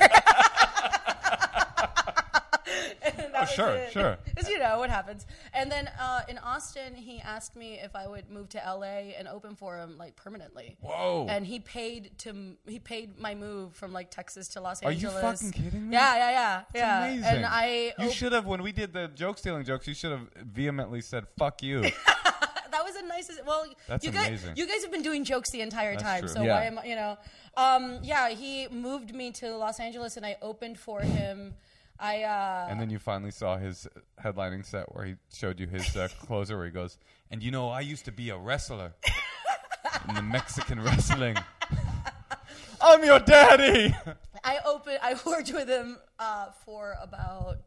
S3: And that was
S2: Oh, sure,
S3: it.
S2: sure.
S3: 'Cause you know what happens. And then uh, in Austin, he asked me if I would move to LA and open for him like permanently.
S2: Whoa.
S3: And he paid to m- he paid my move from like Texas to Los
S2: Are you
S3: Angeles.
S2: fucking kidding me?
S3: Yeah, yeah, yeah, yeah.
S2: Amazing.
S3: And I
S2: you
S3: op-
S2: should have when we did the joke stealing jokes. You should have vehemently said "fuck you."
S3: that was the nicest. Well,
S2: That's
S3: you guys,
S2: amazing.
S3: you guys have been doing jokes the entire time,
S2: true.
S3: so
S1: Yeah.
S3: why am I, you know? Um, yeah, he moved me to Los Angeles, and I opened for him. I uh,
S2: and then you finally saw his headlining set where he showed you his uh, closer, where he goes, "And you know, I used to be a wrestler in the Mexican wrestling. I'm your daddy."
S3: I opened. I worked with him uh, for about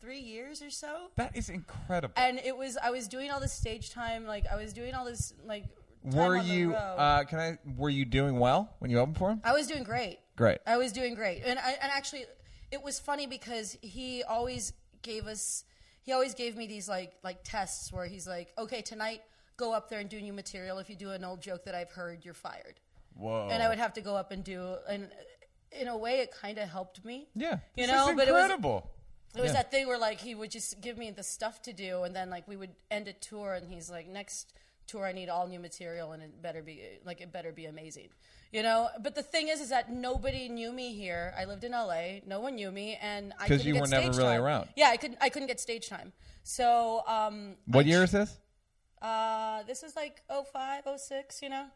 S3: three years or so.
S2: That is incredible.
S3: And it was I was doing all this stage time, like I was doing all this like. time
S1: Were
S3: on the
S1: you?
S3: road.
S1: Uh, can I? Were you doing well when you opened for him?
S3: I was doing great.
S1: Great.
S3: I was doing great, and I, and actually, it was funny because he always gave us, he always gave me these like like tests where he's like, okay, tonight go up there and do new material. If you do an old joke that I've heard, you're fired.
S1: Whoa.
S3: And I would have to go up and do, and in a way, it kind of helped me.
S1: yeah.
S3: you
S1: This is
S3: know, but it was
S1: incredible.
S3: it was
S1: Yeah.
S3: that thing where like he would just give me the stuff to do, and then like we would end a tour, and he's like, next tour I need all new material, and it better be like it better be amazing, you know. But the thing is, is that nobody knew me here. I lived in L.A. No one knew me, and
S1: 'Cause
S3: I couldn't
S1: you
S3: get
S1: were never
S3: stage
S1: really
S3: time.
S1: around.
S3: Yeah, I couldn't. I couldn't get stage time. So um,
S1: What year is this?
S3: uh, this is like 05, 06, you know.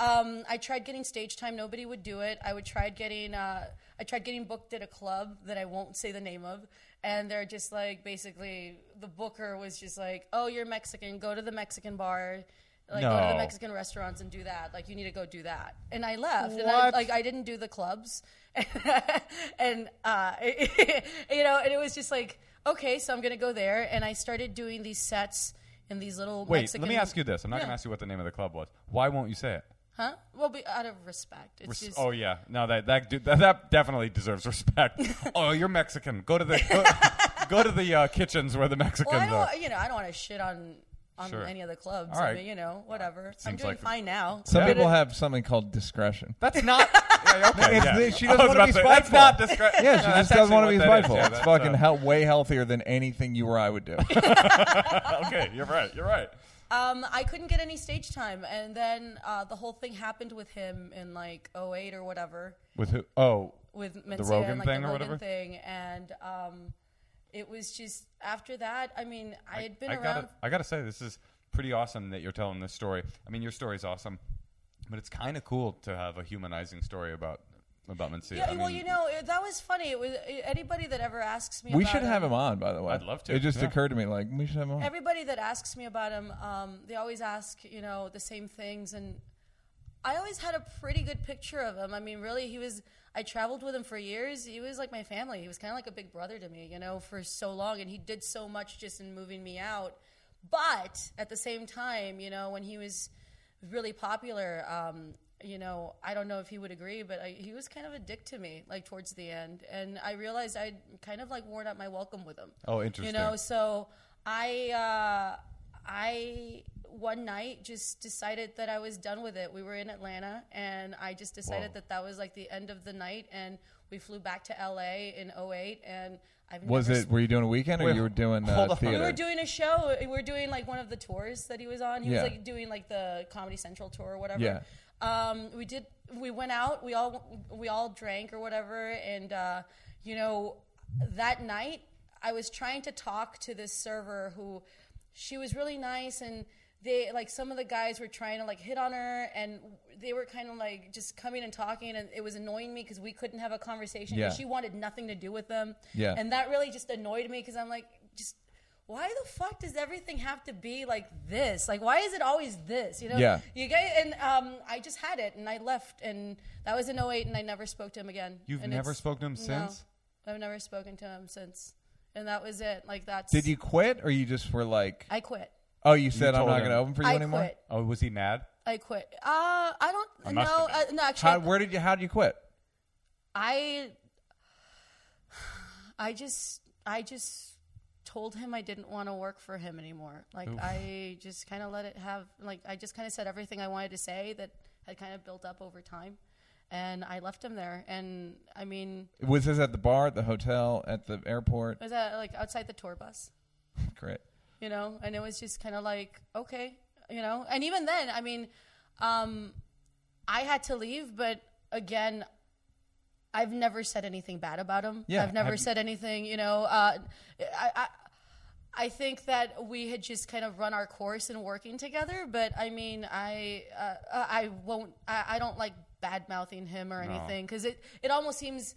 S3: Um, I tried getting stage time. Nobody would do it. I would try getting. Uh, I tried getting booked at a club that I won't say the name of, and they're just like basically the booker was just like, "Oh, you're Mexican. Go to the Mexican bar." Like go to
S2: No.
S3: the Mexican restaurants and do that. Like you need to go do that. And I left. And I,
S2: What?
S3: like I didn't do the clubs, and uh, you know, and it was just like, okay, so I'm gonna go there. And I started doing these sets in these little
S2: Wait,
S3: Mexican-
S2: let me ask you this. I'm not
S3: Yeah.
S2: going to ask you what the name of the club was. Why won't you say it?
S3: Huh? Well, be out of respect. It's
S2: Res-
S3: just.
S2: oh yeah, no that that, dude, that that definitely deserves respect. oh, you're Mexican. Go to the go, go to the uh, kitchens where the Mexicans
S3: well, I don't.
S2: are.
S3: wa- You know, I don't want to shit on on
S2: Sure.
S3: any of the clubs.
S2: All
S3: I
S2: right.
S3: mean, you know, whatever. I'm
S2: Seems
S3: doing
S2: like the-
S3: fine now.
S1: Some
S2: Yeah.
S1: people have something called discretion.
S2: That's not. yeah, okay,
S1: It's-
S2: yeah.
S1: they- she
S2: I
S1: doesn't
S2: was
S1: wanna
S2: about
S1: be
S2: to say, That's
S1: spiteful.
S2: not discretion.
S1: Yeah, she just doesn't want to be spiteful. it's fucking hell, way healthier than anything you or I would do.
S2: okay, you're right. You're right.
S3: Um, I couldn't get any stage time, and then uh, the whole thing happened with him in like 08 or whatever.
S2: With who? Oh,
S3: with Mencia
S2: Rogan
S3: and like
S2: thing
S3: the
S2: or
S3: Rogan
S2: whatever?
S3: thing, and um, it was just after that. I mean, I, had been
S2: I
S3: around.
S2: gotta, I gotta say, this is pretty awesome that you're telling this story. I mean, your story's awesome, but it's kind of cool to have a humanizing story about about Mencia.
S3: yeah,
S2: I
S3: well,
S2: mean,
S3: you know, it, that was funny. It was anybody that ever asks me.
S1: we
S3: about
S1: should have him
S3: on.
S1: on, by the way.
S2: I'd love to,
S1: It just
S2: yeah.
S1: occurred to me, like we should have him on.
S3: Everybody that asks me about him, um, they always ask, you know, the same things, and I always had a pretty good picture of him. I mean, really, he was. I traveled with him for years. He was like my family. He was kind of like a big brother to me, you know, for so long, and he did so much just in moving me out. But at the same time, you know, when he was really popular, um, you know, I don't know if he would agree, but I, he was kind of a dick to me, like towards the end, and I realized I'd kind of like worn out my welcome with him.
S2: Oh, interesting.
S3: You know, so I uh, I one night just decided that I was done with it. We were in Atlanta, and I just decided
S2: Whoa.
S3: that that was like the end of the night, and we flew back to LA in 08, and I've
S1: was
S3: never
S1: it? Were you doing a weekend, or
S2: Wait,
S1: you were doing
S2: hold
S1: uh,
S2: on. We
S1: theater?
S3: we were doing a show. We were doing like one of the tours that he was on. He
S1: Yeah.
S3: was like doing like the Comedy Central tour or whatever.
S1: Yeah.
S3: Um, we did. We went out. We all we all drank or whatever, and uh, you know that night I was trying to talk to this server who she was really nice and. They like some of the guys were trying to like hit on her, and they were kind of like just coming and talking, and it was annoying me because we couldn't have a conversation.
S1: Yeah.
S3: 'cause she wanted nothing to do with them.
S1: Yeah.
S3: and that really just annoyed me because I'm like, just why the fuck does everything have to be like this? Like, why is it always this? You know?
S1: Yeah.
S3: You guys, and um, I just had it and I left and that was in 08 and I never spoke to him again.
S2: You've
S3: And
S2: never
S3: it's-
S2: spoken to him
S3: No.
S2: since?
S3: I've never spoken to him since. And that was it. Like, that's.
S1: Did you quit, or you just were like,
S3: I quit.
S1: "Oh, you said I'm
S2: told
S1: not
S2: him.
S1: going to open for you
S3: I
S1: anymore"?
S3: quit.
S2: oh, was he mad?
S3: I quit. Uh, I don't.
S2: I must
S3: no, uh,
S2: have
S3: no, actually.
S1: How,
S3: I-
S1: where did you? How did you quit?
S3: I I just I just told him I didn't want to work for him anymore. Like I just kind of let it have like I just kind of said everything I wanted to say that had kind of built up over time and I left him there and I mean
S1: Was this at the bar, at the hotel, at the airport?
S3: it was that like outside the tour bus, Uh,
S1: Great.
S3: you know? And it was just kind of like okay, you know? And even then, I mean um I had to leave, but again, I've never said anything bad about him.
S1: Yeah,
S3: I've never
S1: have you-
S3: said anything. You know, uh, I, I I think that we had just kind of run our course in working together. But I mean, I uh, I won't. I, I don't like bad mouthing him or anything because it it almost seems.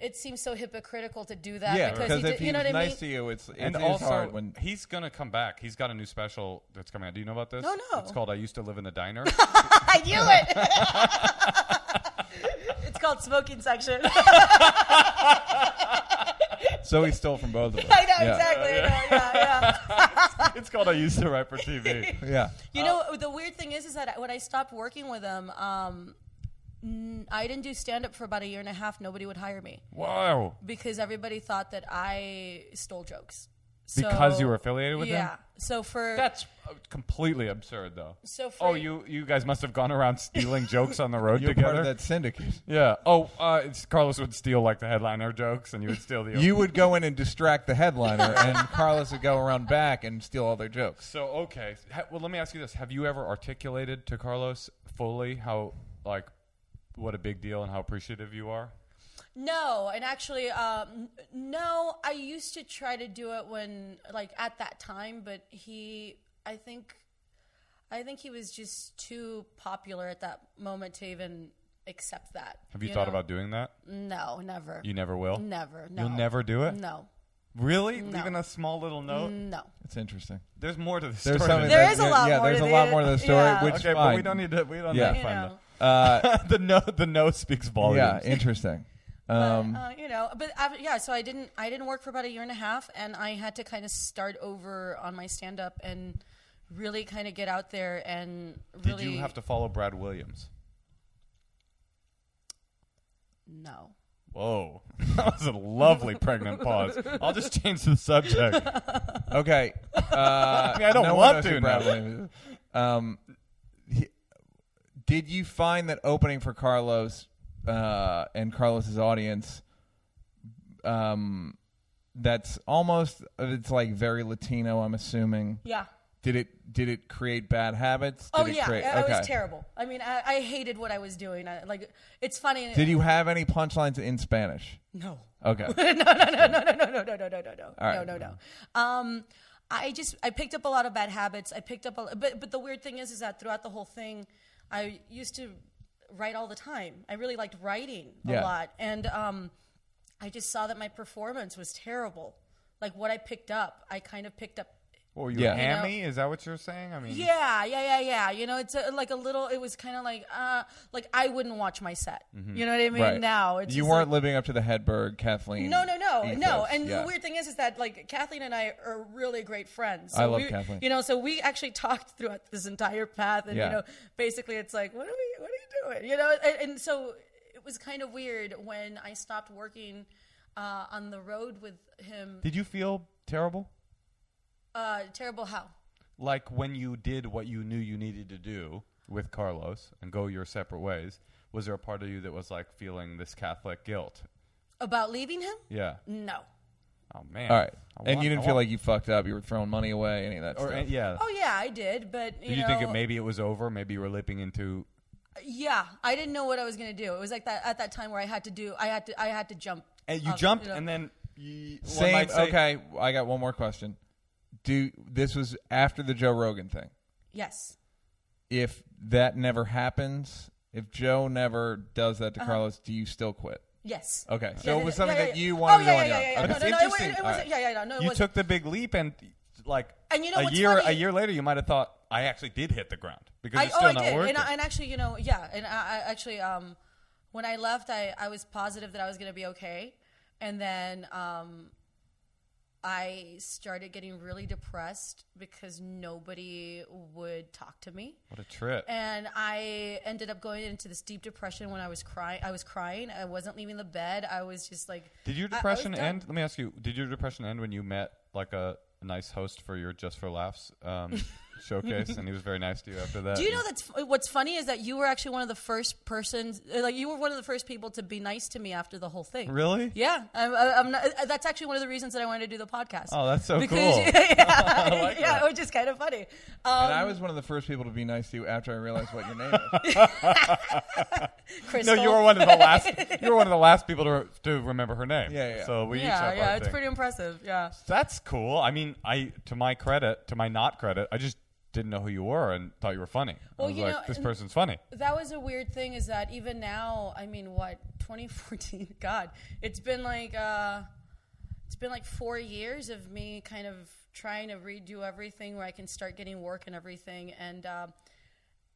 S3: It seems so hypocritical to do that
S1: yeah,
S3: because,
S1: because
S3: he
S1: if
S3: did, you know
S1: was
S3: what I
S1: nice
S3: mean.
S1: to you, it's it's,
S2: And
S1: it's
S2: also,
S1: hard when
S2: he's gonna come back. He's got a new special that's coming out. Do you know about this?
S3: No, no.
S2: It's called "I Used to Live in the Diner."
S3: I knew it. it's called smoking section.
S1: So he stole from both of us.
S3: I know
S1: Yeah.
S3: exactly. I know, yeah, yeah.
S2: it's called I used to write for TV.
S1: Yeah.
S3: You know, the weird thing is, is that when I stopped working with him, um, n- I didn't do stand up for about a year and a half. Nobody would hire me
S2: Wow.
S3: because everybody thought that I stole jokes.
S2: Because
S3: So-
S2: you were affiliated with him?
S3: yeah. So for
S2: That's uh, completely absurd, though.
S3: So for-
S2: oh, you you guys must have gone around stealing jokes on the road
S1: You're
S2: together.
S1: part of that syndicate.
S2: Yeah. Oh, uh, it's, Carlos would steal like the headliner jokes, and you would steal the.
S1: You would go in and distract the headliner, and Carlos would go around back and steal all their jokes.
S2: So okay. Ha- well, let me ask you this: Have you ever articulated to Carlos fully how like what a big deal and how appreciative you are?
S3: No, and actually, um, n- no, I used to try to do it when, like, at that time, but he, I think, I think he was just too popular at that moment to even accept that.
S2: Have you, thought
S3: know?
S2: about doing that?
S3: No, never.
S2: You never will.
S3: never. No.
S2: You'll never do it.
S3: No. Mm.
S2: Really? Even a small little note.
S3: No.
S1: It's interesting.
S2: There's more to the story.
S1: There's
S2: than
S1: something.
S3: There
S2: that.
S1: that-
S3: is a lot
S1: yeah,
S3: more
S1: there's
S3: to
S1: a
S3: the-
S1: lot more to the story,
S3: yeah.
S1: which
S2: okay, but
S1: fine.
S2: we don't need to. We don't
S1: Yeah.
S2: need to
S3: You
S2: find
S3: know.
S2: that. the no. The no speaks volumes.
S1: yeah, interesting. Um,
S3: uh, you know, but after, yeah, so I didn't I didn't work for about a year and a half, and I had to kind of start over on my stand up and really kind of get out there and
S2: Did
S3: really.
S2: you have to follow Brad Williams?
S3: No.
S2: Whoa, that was a lovely pregnant pause. I'll just change the subject.
S1: okay. Uh,
S2: I, mean, I don't
S1: no one
S2: want
S1: knows
S2: to
S1: who Brad
S2: now.
S1: Williams is. Um, he- did you find that opening for Carlos uh, and Carlos's audience? Um, that's almost it's like very Latino. I'm assuming.
S3: Yeah.
S1: Did it did it create bad habits? Did
S3: Oh
S1: it
S3: yeah,
S1: create,
S3: I, I
S1: okay.
S3: was terrible. I mean, I, I hated what I was doing. I, like, it's funny.
S1: Did you have any punchlines in Spanish?
S3: No.
S1: Okay.
S3: no, no, no, no, no, no, no,
S1: right.
S3: no, no, no. Um, I just I picked up a lot of bad habits. I picked up a but but the weird thing is is that throughout the whole thing, I used to write all the time. I really liked writing a
S1: Yeah.
S3: lot, and um, I just saw that my performance was terrible. Like what I picked up, I kind of picked up
S2: Well, you
S1: Yeah.
S2: hammy? Is that what you're saying? I mean,
S3: yeah, yeah, yeah, yeah. You know, it's a, like a little. It was kind of like, uh, like I wouldn't watch my set. You know what I mean?
S1: Mm-hmm. right
S3: Now it's
S1: you
S3: just
S1: weren't
S3: like-
S1: living up to the Hedberg Kathleen.
S3: no, no, no, no.
S1: ethos.
S3: And
S1: Yeah.
S3: the weird thing is, is that like Kathleen and I are really great friends.
S1: I love
S3: we-
S1: Kathleen.
S3: You know, so we actually talked throughout this entire path, and
S1: Yeah.
S3: you know, basically, it's like, what are we, what are you doing? You know, and, and so it was kind of weird when I stopped working uh, on the road with him.
S2: Did you feel terrible?
S3: Uh, terrible how.
S2: Like when you did what you knew you needed to do with Carlos and go your separate ways, was there a part of you that was like feeling this Catholic guilt?
S3: About leaving him?
S2: Yeah.
S3: No.
S2: Oh man.
S1: All right.
S2: I
S1: And
S2: want-
S1: you didn't
S2: I
S1: feel
S2: want-
S1: like you fucked up. You were throwing money away, any of that
S2: or
S1: stuff.
S2: uh, yeah.
S3: Oh yeah, I did, but you
S2: did you
S3: know,
S2: think it, maybe it was over? Maybe you were lipping into.
S3: yeah, I didn't know what I was gonna do. It was like that at that time where I had to do, I had to, I had to jump.
S2: And Oh, you
S3: up,
S2: jumped,
S3: know.
S2: and then you, one
S1: Same.
S2: might say-
S1: okay. I got one more question. Do this was after the Joe Rogan thing.
S3: yes.
S1: If that never happens, if Joe never does that to
S3: Uh-huh.
S1: Carlos, do you still quit?
S3: Yes.
S1: Okay.
S3: Yeah,
S1: So
S3: yeah,
S1: it was
S3: yeah,
S1: something
S3: yeah,
S1: that
S3: yeah.
S1: you wanted
S3: oh,
S1: to
S3: yeah,
S1: do on
S3: yeah,
S1: your
S3: yeah,
S1: own.
S3: yeah,
S2: But
S3: yeah.
S2: it's
S3: No, no, it wa-
S2: interesting.
S3: it
S1: All
S3: wasn't-
S1: right.
S3: yeah, yeah, yeah, no, it
S2: you
S3: wasn't.
S2: took the big leap, and like,
S3: And you know
S2: a
S3: what's
S2: year
S3: funny?
S2: a year later, you might have thought I actually did hit the ground because
S3: I,
S2: it's
S3: oh,
S2: still
S3: I
S2: not
S3: did,
S2: working.
S3: and, I, and actually, you know, yeah, and I, I actually, um, when I left, I, I was positive that I was going to be okay, and then um, I started getting really depressed because nobody would talk to me.
S2: what a trip!
S3: and I ended up going into this deep depression when I was crying. I was crying. I wasn't leaving the bed. I was just like,
S2: Did your
S3: I- I was
S2: depression
S3: done.
S2: end? Let me ask you: Did your depression end when you met like a nice host for your Just for Laughs um, showcase, and he was very nice to you after that?
S3: Do you know that's what's funny is that you were actually one of the first persons, like you were one of the first people to be nice to me after the whole thing.
S2: Really?
S3: Yeah, I'm, I'm not, that's actually one of the reasons that I wanted to do the podcast.
S2: Oh, that's so
S3: because,
S2: cool.
S3: Yeah, yeah, which is kind of funny. Um,
S1: And I was one of the first people to be nice to you after I realized what your name is.
S2: No,
S3: Crystal.
S2: you were one of the last. you were one of the last people to to remember her name.
S1: Yeah, yeah.
S2: So we each
S3: Yeah,
S2: have our
S3: yeah, it's
S2: thing.
S3: pretty impressive. Yeah.
S2: That's cool. I mean, I to my credit, to my not credit, I just didn't know who you were and thought you were funny.
S3: Well,
S2: I was
S3: you
S2: like,
S3: know,
S2: this
S3: and-
S2: person's funny.
S3: that was a weird thing is that even now i mean what 2014 god it's been like uh it's been like four years of me kind of trying to redo everything where i can start getting work and everything and um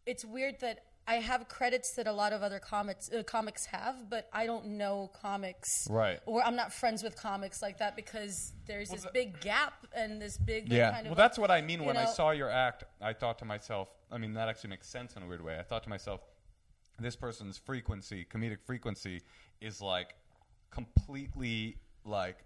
S3: it's weird that I have credits that a lot of other comics uh, comics have, but I don't know comics,
S2: Right.
S3: Or I'm not friends with comics like that because there's this big gap and this big
S2: Yeah.
S3: Kind of
S2: well,
S3: like,
S2: that's what I mean
S3: you
S2: when I
S3: know-
S2: saw your act. I thought to myself, I mean, that actually makes sense in a weird way. I thought to myself, this person's frequency, comedic frequency, is like completely like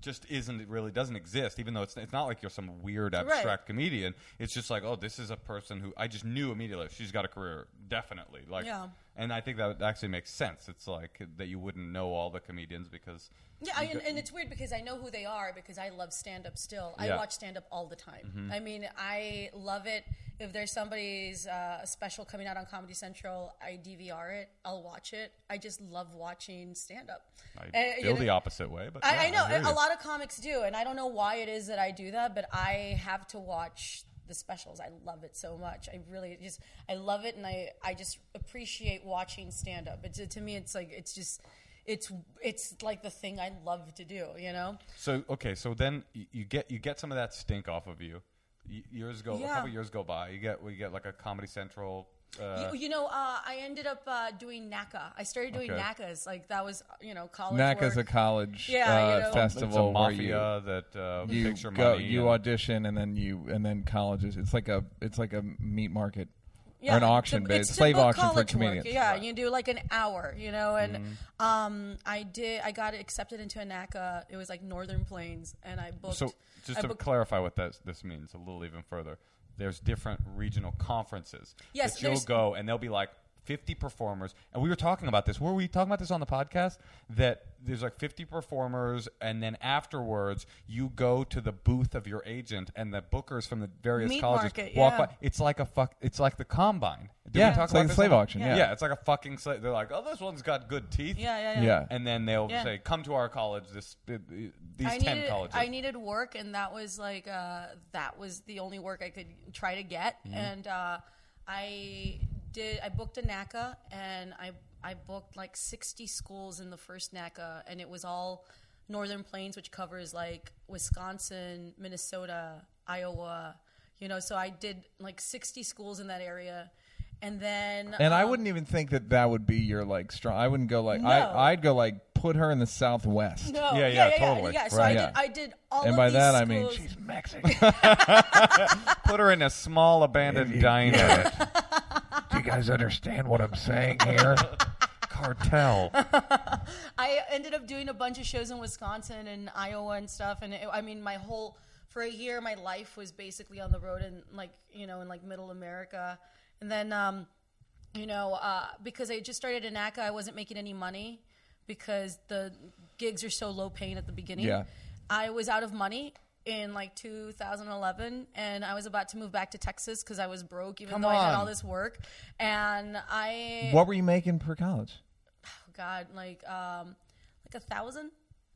S2: just isn't it really doesn't exist even though it's, it's not like you're some weird abstract comedian it's just like oh this is a person who i just knew immediately she's got a career definitely like
S3: Yeah.
S2: and i think that actually makes sense it's like that you wouldn't know all the comedians because
S3: Yeah, I, and, and it's weird because I know who they are because I love stand up still. I
S2: Yeah. Mm-hmm.
S3: watch stand up all the time. I mean, I love it. If there's somebody's uh, special coming out on Comedy Central, I DVR it. I'll watch it. I just love watching stand up.
S2: i feel the opposite way but yeah,
S3: Eh, I, I know
S2: hear
S3: a
S2: you.
S3: lot of comics do, and I don't know why it is that I do that, but I have to watch the specials. I love it so much. I really just I love it, and I I just appreciate watching stand up. It's to me, it's like it's just it's it's like the thing I love to do. You know?
S2: So okay, so then you, you get you get some of that stink off of you. Y- Years go, a
S3: Yeah.
S2: couple years go by. You get we get like a Comedy Central. Uh,
S3: you, you know, uh, I ended up uh, doing NACA. I started doing
S2: Okay.
S3: NACAs. Like that was you know college.
S1: NACA's
S3: work.
S1: a college
S3: Yeah,
S1: uh,
S3: you know.
S1: festival
S2: it's a
S1: where
S2: mafia that uh,
S1: you,
S2: picture
S1: you go,
S2: money.
S1: you
S2: and-
S1: audition, and then you and then colleges. It's like a it's like a meat market or an
S3: Yeah,
S1: auction,
S3: to-
S1: ba-
S3: it's to
S1: slave
S3: book
S1: auction for
S3: college
S1: comedians.
S3: Work. Yeah, you do like an hour, you know. And
S1: Mm-hmm.
S3: um, I did. I got accepted into ANACA. It was like Northern Plains, and I booked.
S2: So just
S3: I
S2: to
S3: booked-
S2: clarify what that this means a little even further, there's different regional conferences
S3: Yes,
S2: that you'll
S3: there's-
S2: go and they'll be like 50 performers. And we were talking about this. Were we talking about this on the podcast? That there's like 50 performers, and then afterwards you go to the booth of your agent, and the bookers from the various
S3: Meat
S2: colleges
S3: market,
S2: walk
S3: yeah.
S2: by. It's like a fuck. It's like the combine. Did
S1: Yeah,
S2: we talk
S1: it's
S2: about
S1: like a
S2: this
S1: slave
S2: on-
S1: auction, Yeah. yeah.
S2: yeah, it's like a fucking slave. They're like, oh, this one's got good teeth.
S3: yeah, yeah, yeah.
S1: yeah.
S2: And then they'll
S3: Yeah.
S2: say, "Come to our college. This uh, these
S3: I
S2: ten
S3: needed,
S2: colleges."
S3: I needed work, and that was like uh, that was the only work I could try to get.
S1: Mm-hmm.
S3: And uh, I did. I booked a NACA, and I I booked like sixty schools in the first NACA, and it was all Northern Plains, which covers like Wisconsin, Minnesota, Iowa. You know, so I did like sixty schools in that area, and then
S1: And I
S3: um,
S1: wouldn't even think that that would be your like strong. I wouldn't go like
S3: No.
S1: I. I'd go like put her in the Southwest.
S3: No,
S2: Yeah,
S3: yeah,
S2: yeah,
S3: yeah, yeah,
S2: totally.
S3: yeah. So
S1: Right.
S3: I
S1: Yeah.
S3: did. I did all
S1: and
S3: of
S1: by
S3: these
S1: that I mean
S3: schools.
S1: she's Mexican.
S2: Put her in a small abandoned diner.
S1: Do you guys understand what I'm saying here?
S2: Cartel.
S3: I ended up doing a bunch of shows in Wisconsin and Iowa and stuff. And it, I mean, my whole for a year, my life was basically on the road and like you know in like middle America. And then um, you know uh, because I just started in ACA, I wasn't making any money because the gigs are so low paying at the beginning.
S1: Yeah.
S3: I was out of money. In like 2011, and I was about to move back to Texas because I was broke, even though I had
S2: on.
S3: all this work. And I,
S1: what were you making per college?
S3: God, like um, like a thousand.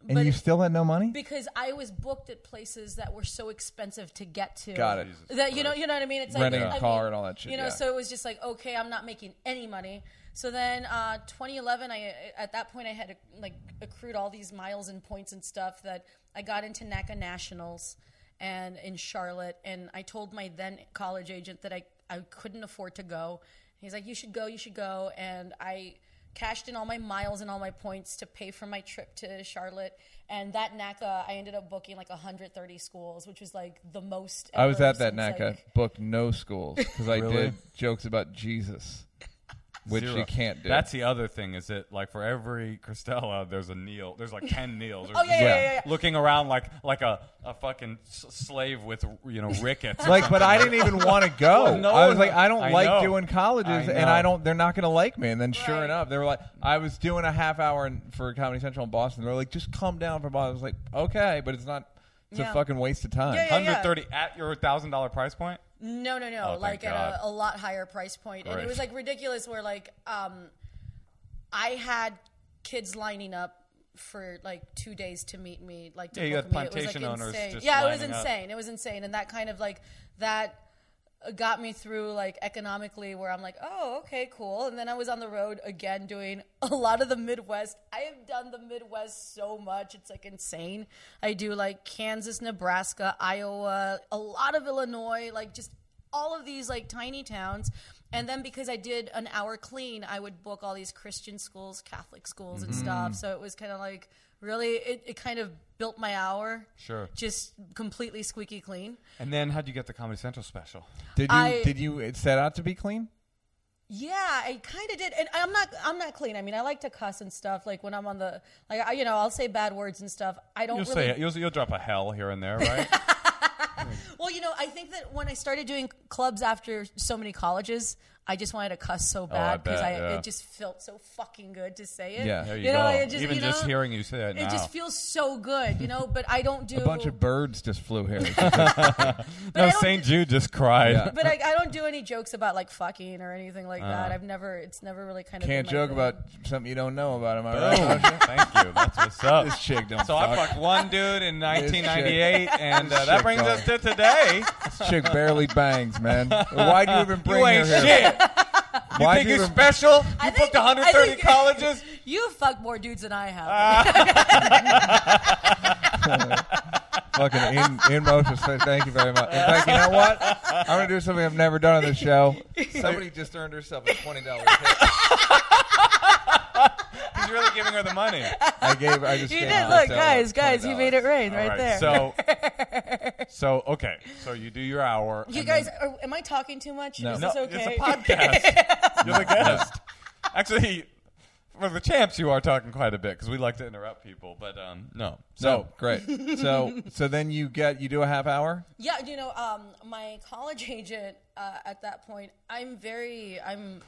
S1: And you still had no money?
S3: because I was booked at places that were so expensive to get to.
S1: Got it. Jesus
S3: That you know, you know what I mean. It's
S1: Renting a
S3: like I
S1: car
S3: mean,
S1: and all that shit,
S3: You know,
S1: yeah.
S3: so it was just like, okay, I'm not making any money. So then, uh, 2011, I at that point I had like accrued all these miles and points and stuff that I got into NACA Nationals and in Charlotte, and I told my then college agent that I I couldn't afford to go. He's like, you should go, you should go, and I cashed in all my miles and all my points to pay for my trip to Charlotte. And that NACA, I ended up booking like 130 schools, which was like the most.
S1: I was
S3: ever
S1: at that
S3: since,
S1: NACA,
S3: like-
S1: booked no schools because I
S2: Really?
S1: did jokes about Jesus, which you can't do.
S2: That's the other thing is that like for every Cristela, there's a Neil. There's like ten Neils.
S3: oh, yeah, yeah,
S1: Yeah.
S3: yeah, yeah, yeah.
S2: Looking around like like a, a fucking s- slave with you know rickets. or
S1: like,
S2: something.
S1: but I didn't even want to go.
S2: Well, no
S1: I was
S2: one-
S1: like, I don't
S2: I
S1: like
S2: know.
S1: doing colleges,
S2: I
S1: and I
S2: know.
S1: don't. They're not going to like me. And then, sure
S3: Right.
S1: enough, they were like, I was doing a half hour in, for Comedy Central in Boston. They were like, just come down for Boston. I was like, okay, but it's not. It's
S3: Yeah.
S1: a fucking waste of time.
S3: Yeah, yeah, yeah.
S2: 130 at your thousand dollar price point.
S3: No, no,
S2: Oh,
S3: no.
S2: thank
S3: like at
S2: God.
S3: a, a lot higher price point. And
S2: Great.
S3: it was like ridiculous where like um I had kids lining up for like two days to meet me, like to
S2: Yeah, you had
S3: book me.
S2: plantation
S3: it was, like,
S2: owners
S3: insane.
S2: just
S3: yeah, it was
S2: lining up.
S3: insane. It was insane. And that kind of like that got me through like economically where I'm like, oh, okay, cool. And then I was on the road again doing a lot of the Midwest. I have done the Midwest so much. It's like insane. I do like Kansas, Nebraska, Iowa, a lot of Illinois, like just all of these like tiny towns. And then because I did an hour clean, I would book all these Christian schools, Catholic schools, and stuff. So it was kind of like really, it, it kind of built my hour.
S2: Sure.
S3: Just completely squeaky clean.
S2: And then how'd you get the Comedy Central special?
S1: Did you
S3: I-
S1: did you set out to be clean?
S3: Yeah, I kind of did, and I'm not. I'm not clean. I mean, I like to cuss and stuff. Like when I'm on the, like I, you know, I'll say bad words and stuff. I don't
S2: You'll
S3: really.
S2: say you'll, you'll drop a hell here and there, right?
S3: Well, you know, I think that when I started doing clubs after so many colleges, I just wanted to cuss so bad because
S2: Oh, bet,
S3: I,
S2: yeah.
S3: it just felt so fucking good to say it.
S1: Yeah.
S2: there you,
S3: you
S2: go.
S3: know, it just,
S2: Even
S3: you
S2: just
S3: know,
S2: hearing you say that
S3: It
S2: now.
S3: just feels so good, you know. But I don't do
S1: A bunch of birds just flew here.
S3: but I
S2: no,
S3: don't
S2: St.
S3: do-
S2: Jude just cried.
S1: Yeah.
S3: But I, I don't do any jokes about like fucking or anything like
S2: Uh.
S3: that. I've never. It's never really kind of
S1: Can't
S3: been my
S1: joke
S3: thing.
S1: about something you don't know about. Am I
S2: Boom.
S1: right? Sasha?
S2: Oh, Thank you. That's what's up.
S1: This chick don't
S2: so I
S1: fuck.
S2: fucked one dude in 1998, and
S1: This
S2: uh, that
S1: chick
S2: brings
S1: don't.
S2: us to today.
S1: This chick barely bangs, man. Why'd you even bring
S2: you
S1: her
S2: ain't
S1: here?
S2: shit. You
S1: Why'd
S2: think you're
S1: even-
S2: special? You
S3: think-
S2: booked 130
S3: I think-
S2: colleges. Ah.
S3: You fuck more dudes than I have.
S1: fucking in, in motion. So thank you very much. In fact, you know what? I'm gonna do something I've never done on the show. Somebody just earned herself a twenty dollars.
S2: He's really giving her the money.
S1: I gave. I just.
S3: you
S1: gave
S3: did.
S1: myself
S3: Look, guys, guys, you
S1: $20.
S3: made it rain right, there.
S2: So, so okay. So you do your hour.
S3: you
S2: and
S3: guys, are, am I talking too much?
S1: No.
S3: Is
S2: No,
S3: this okay?
S2: it's a podcast. You're the guest. Actually, for the champs, you are talking quite a bit because we like to interrupt people. But um, no,
S1: So great. So so then you get you do a half hour.
S3: Yeah, you know, um, my college agent uh, at that point, I'm very, I'm,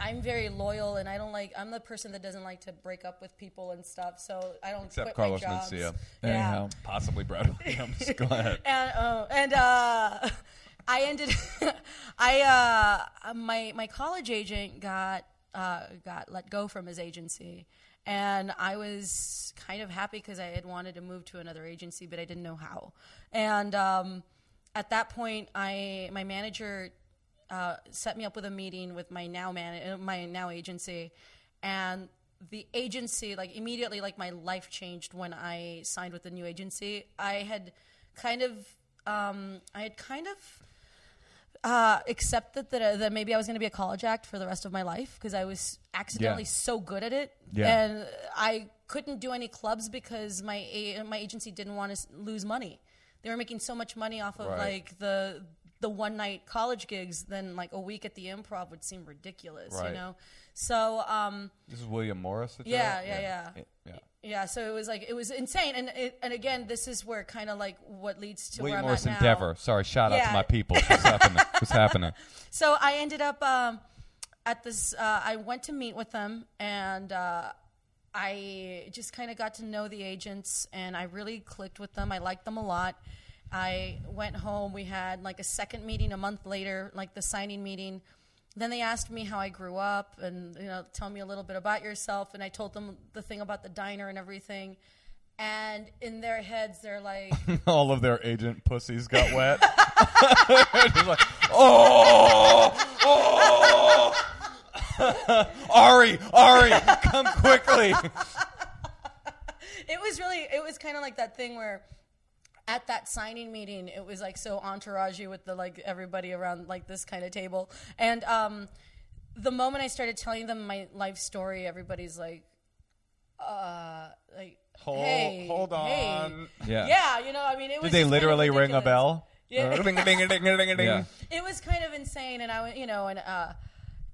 S3: I'm very loyal, and I don't like. I'm the person that doesn't like to break up with people and stuff, so I don't
S2: Except
S3: quit
S2: Carlos
S3: my jobs.
S2: Mencia.
S3: Yeah.
S1: Anyhow,
S2: possibly Brad Williams. Go ahead.
S3: and uh, and uh, I ended. I uh, my my college agent got uh, got let go from his agency, and I was kind of happy because I had wanted to move to another agency, but I didn't know how. And um, at that point, I my manager uh, set me up with a meeting with my now man uh, my now agency, and the agency like immediately like my life changed when I signed with the new agency. I had kind of um, I had kind of uh, accepted that uh, that maybe I was going to be a college act for the rest of my life because I was accidentally so good at it,
S1: Yeah.
S3: and I couldn't do any clubs because my a- my agency didn't want to lose money. They were making so much money off of like the the one night college gigs, then like a week at the improv would seem ridiculous,
S2: Right.
S3: you know. So um,
S2: This is William Morris. that did
S3: Yeah,
S2: it?
S3: yeah, yeah.
S2: yeah.
S3: yeah, so it was like it was insane, and it, and again, this is where kind of like what leads to
S2: William
S3: where I'm
S2: Morris
S3: at now.
S2: Endeavor. Sorry, shout out to
S3: Yeah.
S2: my people. What's happening? What's happening?
S3: So I ended up um, at this. Uh, I went to meet with them, and uh, I just kind of got to know the agents, and I really clicked with them. I liked them a lot. I went home. We had like a second meeting a month later, like the signing meeting. Then they asked me how I grew up, and you know, tell me a little bit about yourself. And I told them the thing about the diner and everything. And in their heads, they're like,
S2: All of their agent pussies got wet. Just like, oh, oh, Ari, Ari, come quickly.
S3: it was really it was kind of like that thing where at that signing meeting it was like so entourage with the like everybody around like this kind of table and um the moment i started telling them my life story everybody's like uh like
S2: Hold,
S3: hey,
S2: hold
S3: hey.
S2: on.
S1: Yeah.
S3: yeah you know i mean it was
S2: Did they
S3: just kind of
S2: literally ring a
S3: ridiculous.
S2: bell?
S3: Yeah.
S2: ding, ding, ding, ding, ding, ding.
S1: Yeah.
S3: it was kind of insane and i wa- you know and uh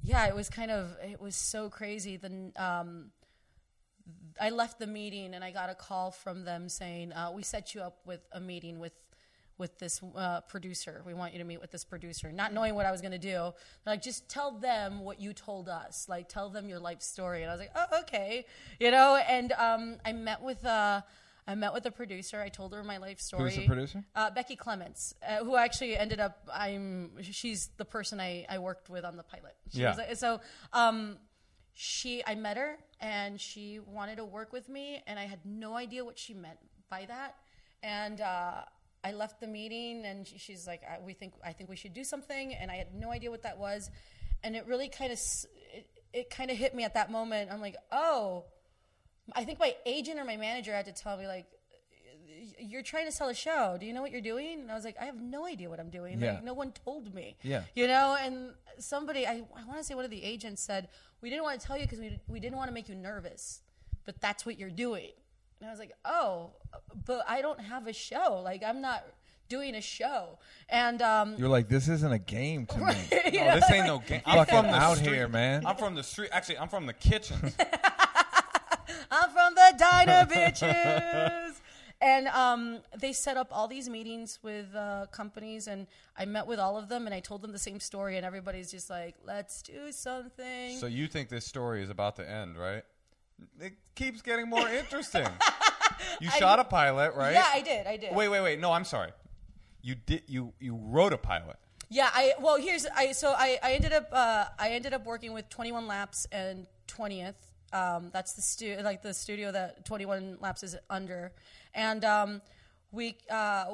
S3: yeah it was kind of it was so crazy then um i left the meeting and i got a call from them saying uh, we set you up with a meeting with with this uh, producer we want you to meet with this producer not knowing what i was going to do They're like just tell them what you told us like tell them your life story and i was like oh okay you know and um, i met with uh, i met with the producer i told her my life story
S1: Who's the producer?
S3: uh, Becky Clements, uh, who actually ended up, I'm, she's the person I, I worked with on the pilot. She
S2: Yeah.
S3: was- so, um, she, I met her and she wanted to work with me and I had no idea what she meant by that. And, uh, I left the meeting and she, she's like, I, we think, I think we should do something. And I had no idea what that was. And it really kind of, it, it kind of hit me at that moment. I'm like, oh, I think my agent or my manager had to tell me like, you're trying to sell a show. Do you know what you're doing? And I was like, I have no idea what I'm doing.
S1: Yeah.
S3: Like, no one told me.
S1: Yeah.
S3: You know, and somebody, I, I want to say one of the agents said, we didn't want to tell you because we, we didn't want to make you nervous, but that's what you're doing. And I was like, oh, but I don't have a show. Like, I'm not doing a show. And, um,
S1: You're like, this isn't a game to me.
S3: you
S2: No,
S3: know,
S2: Oh, this ain't no game. I'm
S1: Fucking
S2: from the
S1: out
S2: street.
S1: here, man.
S2: I'm from the street. Actually, I'm from the kitchen.
S3: I'm from the diner, bitches. And um, they set up all these meetings with uh, companies, and I met with all of them, and I told them the same story, and everybody's just like, "Let's do something."
S2: so you think this story is about to end, right? It keeps getting more interesting. you shot a pilot, right?
S3: Yeah, I did. I did.
S2: Wait, wait, wait. No, I'm sorry. You did. You you wrote a pilot.
S3: Yeah, I well here's I so I, I ended up uh, I ended up working with Twenty One Laps and Twentieth. Um, that's the stu- like the studio that Twenty One Laps is under, and um, we uh,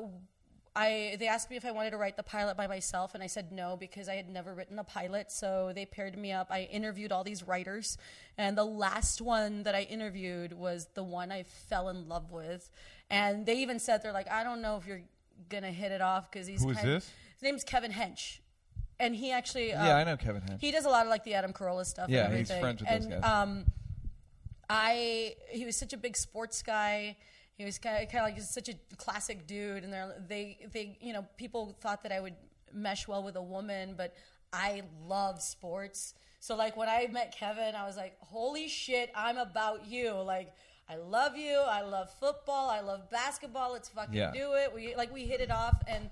S3: I they asked me if I wanted to write the pilot by myself, and I said no because I had never written a pilot. So they paired me up. I interviewed all these writers, and the last one that I interviewed was the one I fell in love with, and they even said they're like I don't know if you're gonna hit it off because he's
S2: Who is
S3: kind-
S2: this?
S3: his name's Kevin Hench, and he actually uh,
S1: yeah, I know Kevin Hatch.
S3: he does a lot of like the Adam Carolla stuff.
S1: Yeah,
S3: and
S1: he's
S3: everything.
S1: friends with
S3: and,
S1: those guys.
S3: Um, I he was such a big sports guy. He was kind of, kind of like he's such a classic dude, and they're- they they you know people thought that I would mesh well with a woman, but I love sports. So like when I met Kevin, I was like, holy shit, I'm about you. Like I love you. I love football. I love basketball. Let's fucking
S1: Yeah.
S3: do it. We like we hit it off, and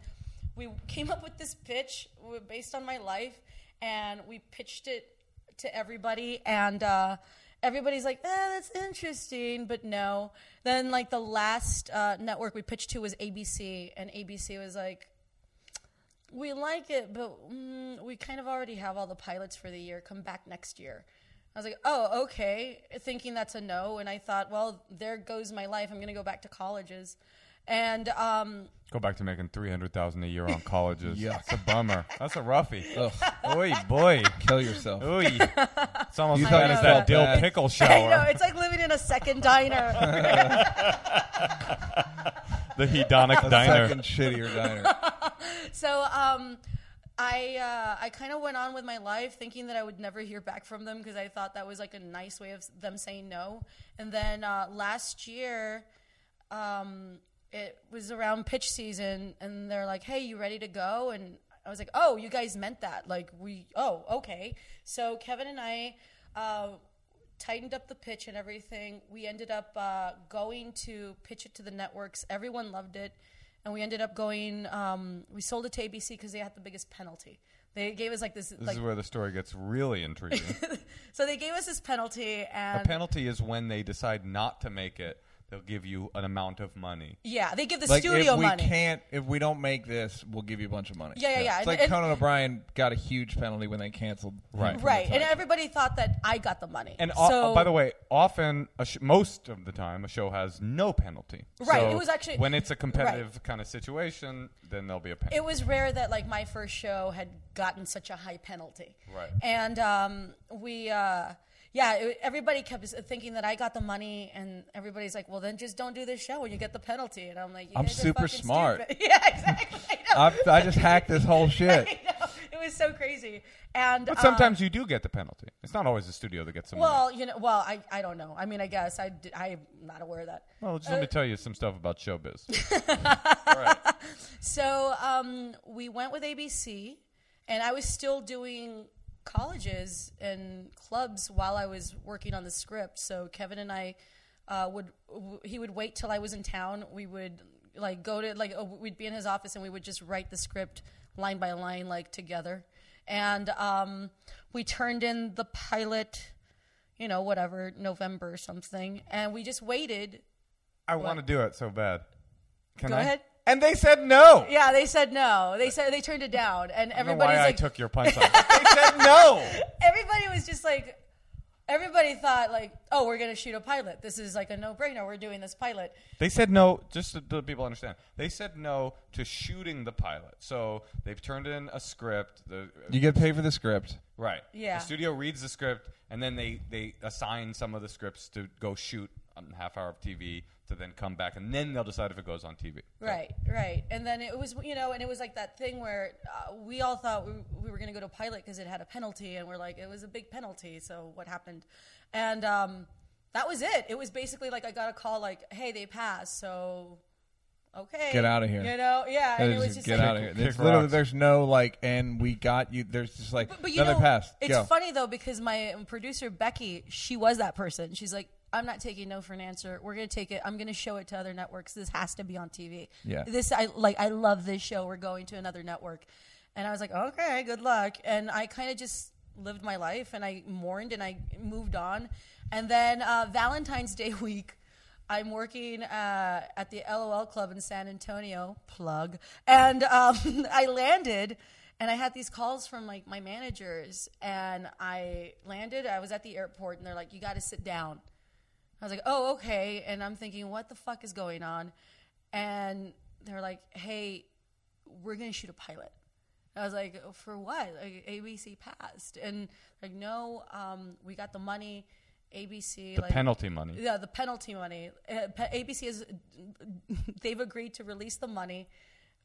S3: we came up with this pitch w- based on my life, and we pitched it to everybody, and uh, everybody's like, eh, "That's interesting," but no. Then like the last uh, network we pitched to was ABC, and ABC was like. We like it, but mm, we kind of already have all the pilots for the year. Come back next year. I was like, oh, okay, thinking that's a no. And I thought, well, there goes my life. I'm going to go back to colleges. And um,
S2: Go back to making three hundred thousand a year on colleges. Yeah, it's a bummer. That's a roughie. Oi, boy.
S1: Kill yourself.
S2: Oy. It's almost
S1: You
S2: as
S1: thought
S2: bad
S1: you
S2: as
S1: felt
S2: that dill
S1: bad.
S2: pickle
S3: I know
S2: shower.
S3: it's like living in a second diner.
S2: the hedonic diner.
S1: Second shittier diner.
S3: so um, I uh, I kind of went on with my life thinking that I would never hear back from them because I thought that was like a nice way of s- them saying no. And then uh, last year, um, it was around pitch season, and they're like, "Hey, you ready to go?" And I was like, "Oh, you guys meant that? Like we? Oh, okay." So Kevin and I. Uh, tightened up the pitch and everything. We ended up uh, going to pitch it to the networks. Everyone loved it, and we ended up going. Um, we sold it to ABC because they had the biggest penalty. They gave us like this,
S2: This
S3: like
S2: is where the story gets really intriguing.
S3: so they gave us this penalty and
S2: a penalty is when they decide not to make it. They'll give you an amount of money.
S3: yeah, they give the
S1: like
S3: studio
S1: if we
S3: money.
S1: can't, if we don't make this, we'll give you a bunch of money.
S3: Yeah, yeah, yeah.
S1: It's
S3: And-
S1: like
S3: and-
S1: Conan O'Brien got a huge penalty when they canceled. him
S2: Right.
S1: from the
S3: Right, and
S1: title.
S3: everybody thought that I got the money.
S2: And
S3: so,
S2: o- oh, by the way, often, a sh- most of the time, a show has no penalty.
S3: Right,
S2: So
S3: it was actually-
S2: when it's a competitive kind of situation, then there'll be a penalty.
S3: it was rare that like my first show had gotten such a high penalty.
S2: Right.
S3: And um, we, uh, yeah, it, everybody kept thinking that I got the money, and everybody's like, "Well, then just don't do this show, and you get the penalty." And I'm like, you
S1: I'm
S3: guys are
S1: super
S3: fucking
S1: smart.
S3: stupid." yeah, exactly. I know.
S1: I've- I just hacked this whole shit.
S3: I know. It was so crazy. And
S2: but
S3: um,
S2: sometimes you do get the penalty. It's not always the studio that gets the money.
S3: well, you know, well, I, I don't know. I mean, I guess I, did- I'm not aware of that.
S2: Well, just let me
S3: uh,
S2: tell you some stuff about showbiz.
S3: So um, we went with ABC, and I was still doing colleges and clubs while I was working on the script. So Kevin and I uh, would w- he would wait till I was in town. We would like go to like uh, we'd be in his office and we would just write the script line by line like together. And um, we turned in the pilot, you know, whatever November or something, and we just waited.
S2: I want to do it so bad. Can
S3: Go
S2: I?
S3: ahead.
S2: And they said no.
S3: Yeah, they said no. They said they turned it down, and
S2: I don't know
S3: everybody's
S2: why
S3: like,
S2: I took your punch on. they said no.
S3: everybody was just like everybody thought like oh we're going to shoot a pilot this is like a no-brainer we're doing this pilot
S2: They said no. Just so the people understand, they said no to shooting the pilot. So they've turned in a script. The uh,
S1: You get paid for the script.
S2: right.
S3: Yeah.
S2: The studio reads the script, and then they they assign some of the scripts to go shoot um, half hour of TV to then come back, and then they'll decide if it goes on TV.
S3: Right, right. And then it was, you know, and it was like that thing where uh, we all thought we, we were going to go to pilot because it had a penalty, and we're like, it was a big penalty. So what happened? And um, that was it. It was basically like I got a call like, hey, they passed. So okay,
S1: Get outta here.
S3: You know, yeah. And it
S1: Just
S3: was just
S1: get
S3: like,
S1: out of here.
S2: kick
S1: It's literally
S2: rocks.
S1: there's no like, and we got you. There's just like
S3: But, but you
S1: another
S3: know,
S1: pass.
S3: it's
S1: Go.
S3: funny though because my producer Becky, she was that person. She's like, I'm not taking no for an answer. We're gonna take it. I'm gonna show it to other networks. This has to be on TV.
S1: Yeah.
S3: This I like. I love this show. We're going to another network, and I was like, okay, good luck. And I kind of just lived my life and I mourned and I moved on. And then uh, Valentine's Day week. I'm working uh, at the LOL Club in San Antonio, plug, and um, I landed, and I had these calls from like my managers, and I landed. I was at the airport, and they're like, "You got to sit down." I was like, "Oh, okay," and I'm thinking, "What the fuck is going on?" And they're like, "Hey, we're gonna shoot a pilot." I was like, for what? Like, ABC passed, and like, no, um, we got the money. ABC
S2: The
S3: like,
S2: penalty money.
S3: yeah, the penalty money. Uh, pe- ABC is they've agreed to release the money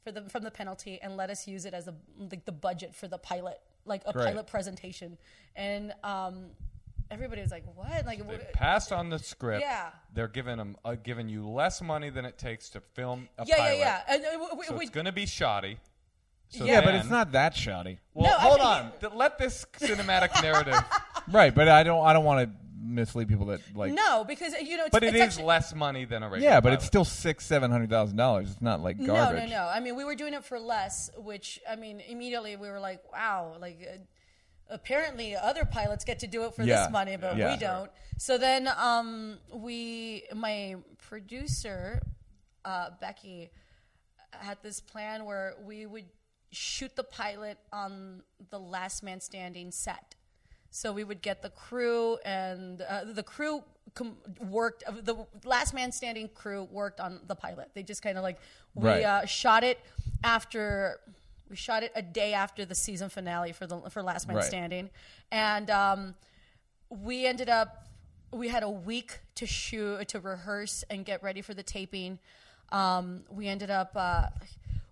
S3: for the from the penalty and let us use it as a like the budget for the pilot, like a
S1: Great.
S3: pilot presentation. And um, everybody was like, "What?" Like,
S2: They
S3: what-
S2: passed on the script.
S3: Yeah.
S2: They're giving 'em- uh, giving you less money than it takes to film a
S3: yeah, yeah,
S2: pilot.
S3: yeah. And, uh, w- w-
S2: So
S3: we-
S2: it's going to be shoddy. So
S1: yeah, but
S2: then-
S1: it's not that shoddy.
S2: Well,
S3: No, I
S2: hold
S3: think-
S2: on. Th- Let this cinematic narrative.
S1: Right, but I don't. I don't want to mislead people that like.
S3: no, because uh, you know, it's,
S2: But it
S3: it's
S2: is
S3: actually-
S2: less money than a regular.
S1: Yeah, but it's
S2: pilot.
S1: still six, seven hundred thousand dollars. It's not like garbage.
S3: No, no, no. I mean, we were doing it for less, which I mean, immediately we were like, wow, like uh, apparently other pilots get to do it for
S1: Yeah.
S3: this money, but
S1: Yeah.
S3: we don't. So then um, we, my producer, uh, Becky, had this plan where we would shoot the pilot on the last man standing set. So we would get the crew, and uh, the crew com- worked. of The last man standing crew worked on the pilot. They just kind of like we
S1: Right.
S3: uh, shot it after we shot it a day after the season finale for the for Last Man
S1: Right.
S3: Standing, and um, we ended up we had a week to shoot to rehearse and get ready for the taping. Um, we ended up uh,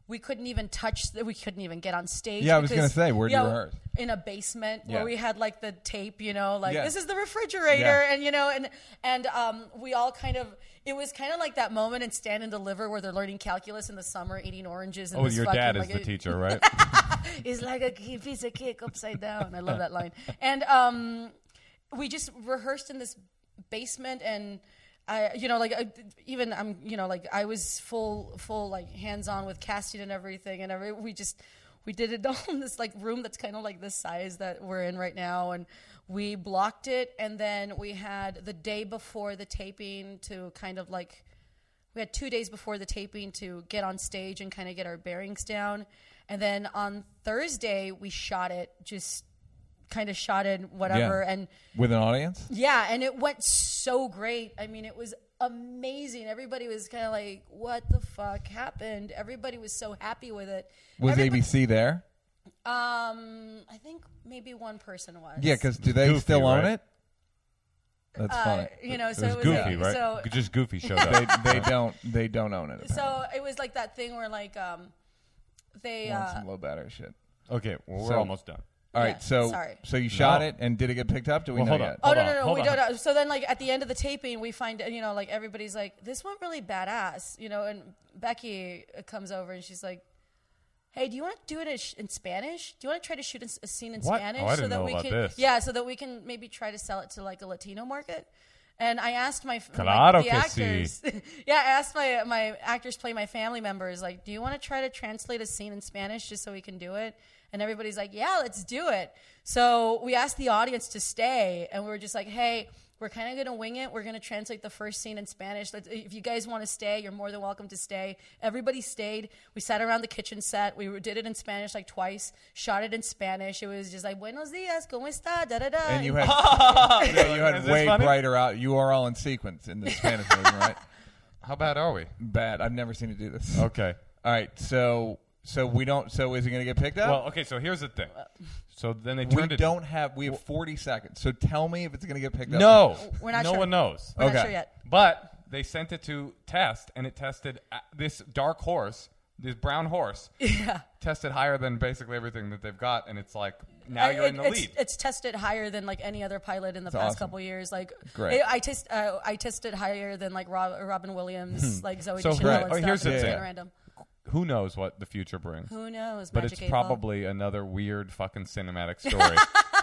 S3: we couldn't even touch we couldn't even get on stage.
S1: Yeah, I was
S3: because-
S1: gonna say, where do you
S3: Yeah,
S1: rehearse?
S3: in a basement
S1: Yeah.
S3: where we had like the tape, you know, like
S1: Yeah.
S3: this is the refrigerator,
S1: Yeah.
S3: and you know, and and um, we all kind of it was kind of like that moment in Stand and Deliver where they're learning calculus in the summer, eating oranges. And
S2: Oh,
S3: this
S2: your
S3: fucking,
S2: dad is
S3: like,
S2: the
S3: it-
S2: teacher, right?
S3: It's like a ki- piece of cake upside down. I love that line. And um, we just rehearsed in this basement and. I, you know, like I, even I'm, you know, like I was full, full, like hands on with casting and everything, and every, we just, we did it all in this like room that's kind of like this size that we're in right now, and we blocked it, and then we had the day before the taping to kind of like we had two days before the taping to get on stage and kind of get our bearings down. And then on Thursday, we shot it, just kind of shot it, whatever. And
S1: with an audience.
S3: yeah, and it went so great. I mean, it was amazing. Everybody was kind of like, what the fuck happened? Everybody was so happy with it.
S1: Was
S3: Everybody-
S1: ABC there?
S3: Um, I think maybe one person was.
S1: Yeah, because do they
S2: Goofy,
S1: still own
S2: right?
S1: it? That's
S3: Uh,
S1: funny.
S3: you know, so
S2: It was
S3: it was
S2: Goofy,
S3: like,
S2: right?
S3: so
S2: Just Goofy showed up.
S1: They don't. They don't own it. apparently.
S3: so it was like that thing where like um they
S1: Want
S3: uh,
S1: some low battery shit.
S2: okay, well, we're
S1: So-
S2: almost done.
S1: All right,
S3: Yeah,
S1: so
S3: sorry.
S1: so you shot
S2: No.
S1: it and did it get picked up? Do we
S2: Well,
S1: know
S2: hold on.
S1: yet?
S3: Oh
S2: Hold
S3: no
S2: on,
S3: no no!
S2: hold
S3: We
S2: on.
S3: don't. know. So then, like at the end of the taping, we find you know like everybody's like this one really badass, you know. And Becky uh, comes over and she's like, "Hey, do you want to do it in sh- in Spanish? Do you want to try to shoot a s- a scene in
S2: What?
S3: Spanish
S2: Oh, I didn't
S3: that
S2: know
S3: we
S2: about
S3: can
S2: this.
S3: yeah, so that we can maybe try to sell it to like a Latino market." And I asked my, f- my-
S2: Claro
S3: the
S2: que sí.
S3: actors, yeah, I asked my my actors play my family members like, "Do you want to try to translate a scene in Spanish just so we can do it?" And everybody's like, "Yeah, let's do it." So we asked the audience to stay, and we were just like, "Hey." We're kind of gonna wing it. We're gonna translate the first scene in Spanish. Let's, if you guys want to stay, you're more than welcome to stay. Everybody stayed. We sat around the kitchen set. We did it in Spanish like twice. Shot it in Spanish. It was just like Buenos dias, cómo está, da da da.
S1: And you had yeah, you
S2: Oh, Is
S1: had
S2: this
S1: way
S2: funny?
S1: brighter out. You are all in sequence in the Spanish version, right?
S2: How bad are we?
S1: Bad. I've never seen it do this.
S2: Okay.
S1: All right, so So we don't. So is he going to get picked up?
S2: Well, okay, so here's the thing. So then they
S1: we
S2: turned it.
S1: don't have. We have 40 seconds. So tell me if it's going to get picked up.
S2: No,
S3: We're not
S2: no
S3: sure.
S2: one knows.
S3: We're not sure yet.
S2: But they sent it to test, and it tested uh, this dark horse, this brown horse. Yeah. Tested higher than basically everything that they've got, and it's like now
S3: I-
S2: you're in
S3: it-
S2: the
S3: it's,
S2: lead.
S3: It's tested higher than like any other pilot in the past
S1: awesome.
S3: couple years. Like,
S1: Great.
S3: I, I test, uh, I tested higher than like Rob, Robin Williams, like Zoe
S2: So
S3: Deschanel,
S2: right.
S3: and
S2: Oh,
S3: stuff.
S2: here's the
S3: and it's
S2: thing.
S3: kinda random.
S2: Who knows what the future brings?
S3: Who knows?
S2: but
S3: Magic
S2: it's
S3: eight ball.
S2: probably another weird fucking cinematic story,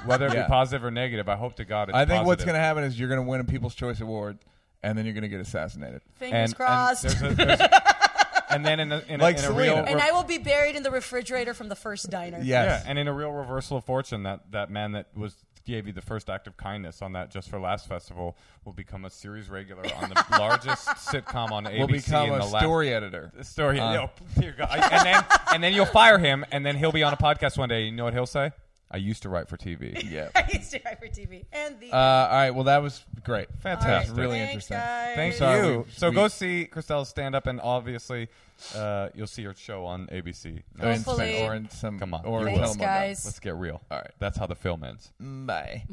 S2: whether it
S1: Yeah.
S2: be positive or negative. I hope to God it's
S1: I think what's
S2: positive.
S1: going to happen is you're going to win a People's Choice Award, and then you're going to get assassinated.
S3: Fingers crossed.
S2: And,
S3: And,
S2: there's a- there's a- and then in a, in a,
S1: Like
S2: in a
S1: Selena.
S2: real
S1: And
S2: re-
S3: I will be buried in the refrigerator from the first diner.
S1: Yes.
S2: yeah, and in a real reversal of fortune, that that man that was gave you the first act of kindness on that just for last festival will become a series regular on the largest sitcom on ABC
S1: we'll become
S2: in
S1: a
S2: the
S1: story editor.
S2: last story. yo, dear God. I- and then and then you'll fire him, and then he'll be on a podcast one day. You know what he'll say? I used to write for TV.
S1: Yeah.
S3: I used to write for TV and the.
S1: Uh, all right. Well, that was great.
S2: Fantastic.
S1: That was really
S3: Thanks,
S1: interesting.
S3: guys.
S2: Thank
S1: Sorry,
S2: you.
S1: we-
S2: so
S1: we-
S2: go see Christelle's stand up, and obviously, uh, you'll see her show on ABC.
S1: Or in,
S3: Hopefully-
S1: or in some.
S2: Come on,
S1: Or
S2: you
S1: in
S2: will.
S3: Thanks,
S1: Telemundo.
S3: guys.
S2: Let's get real. All right, that's how the film ends.
S1: Bye.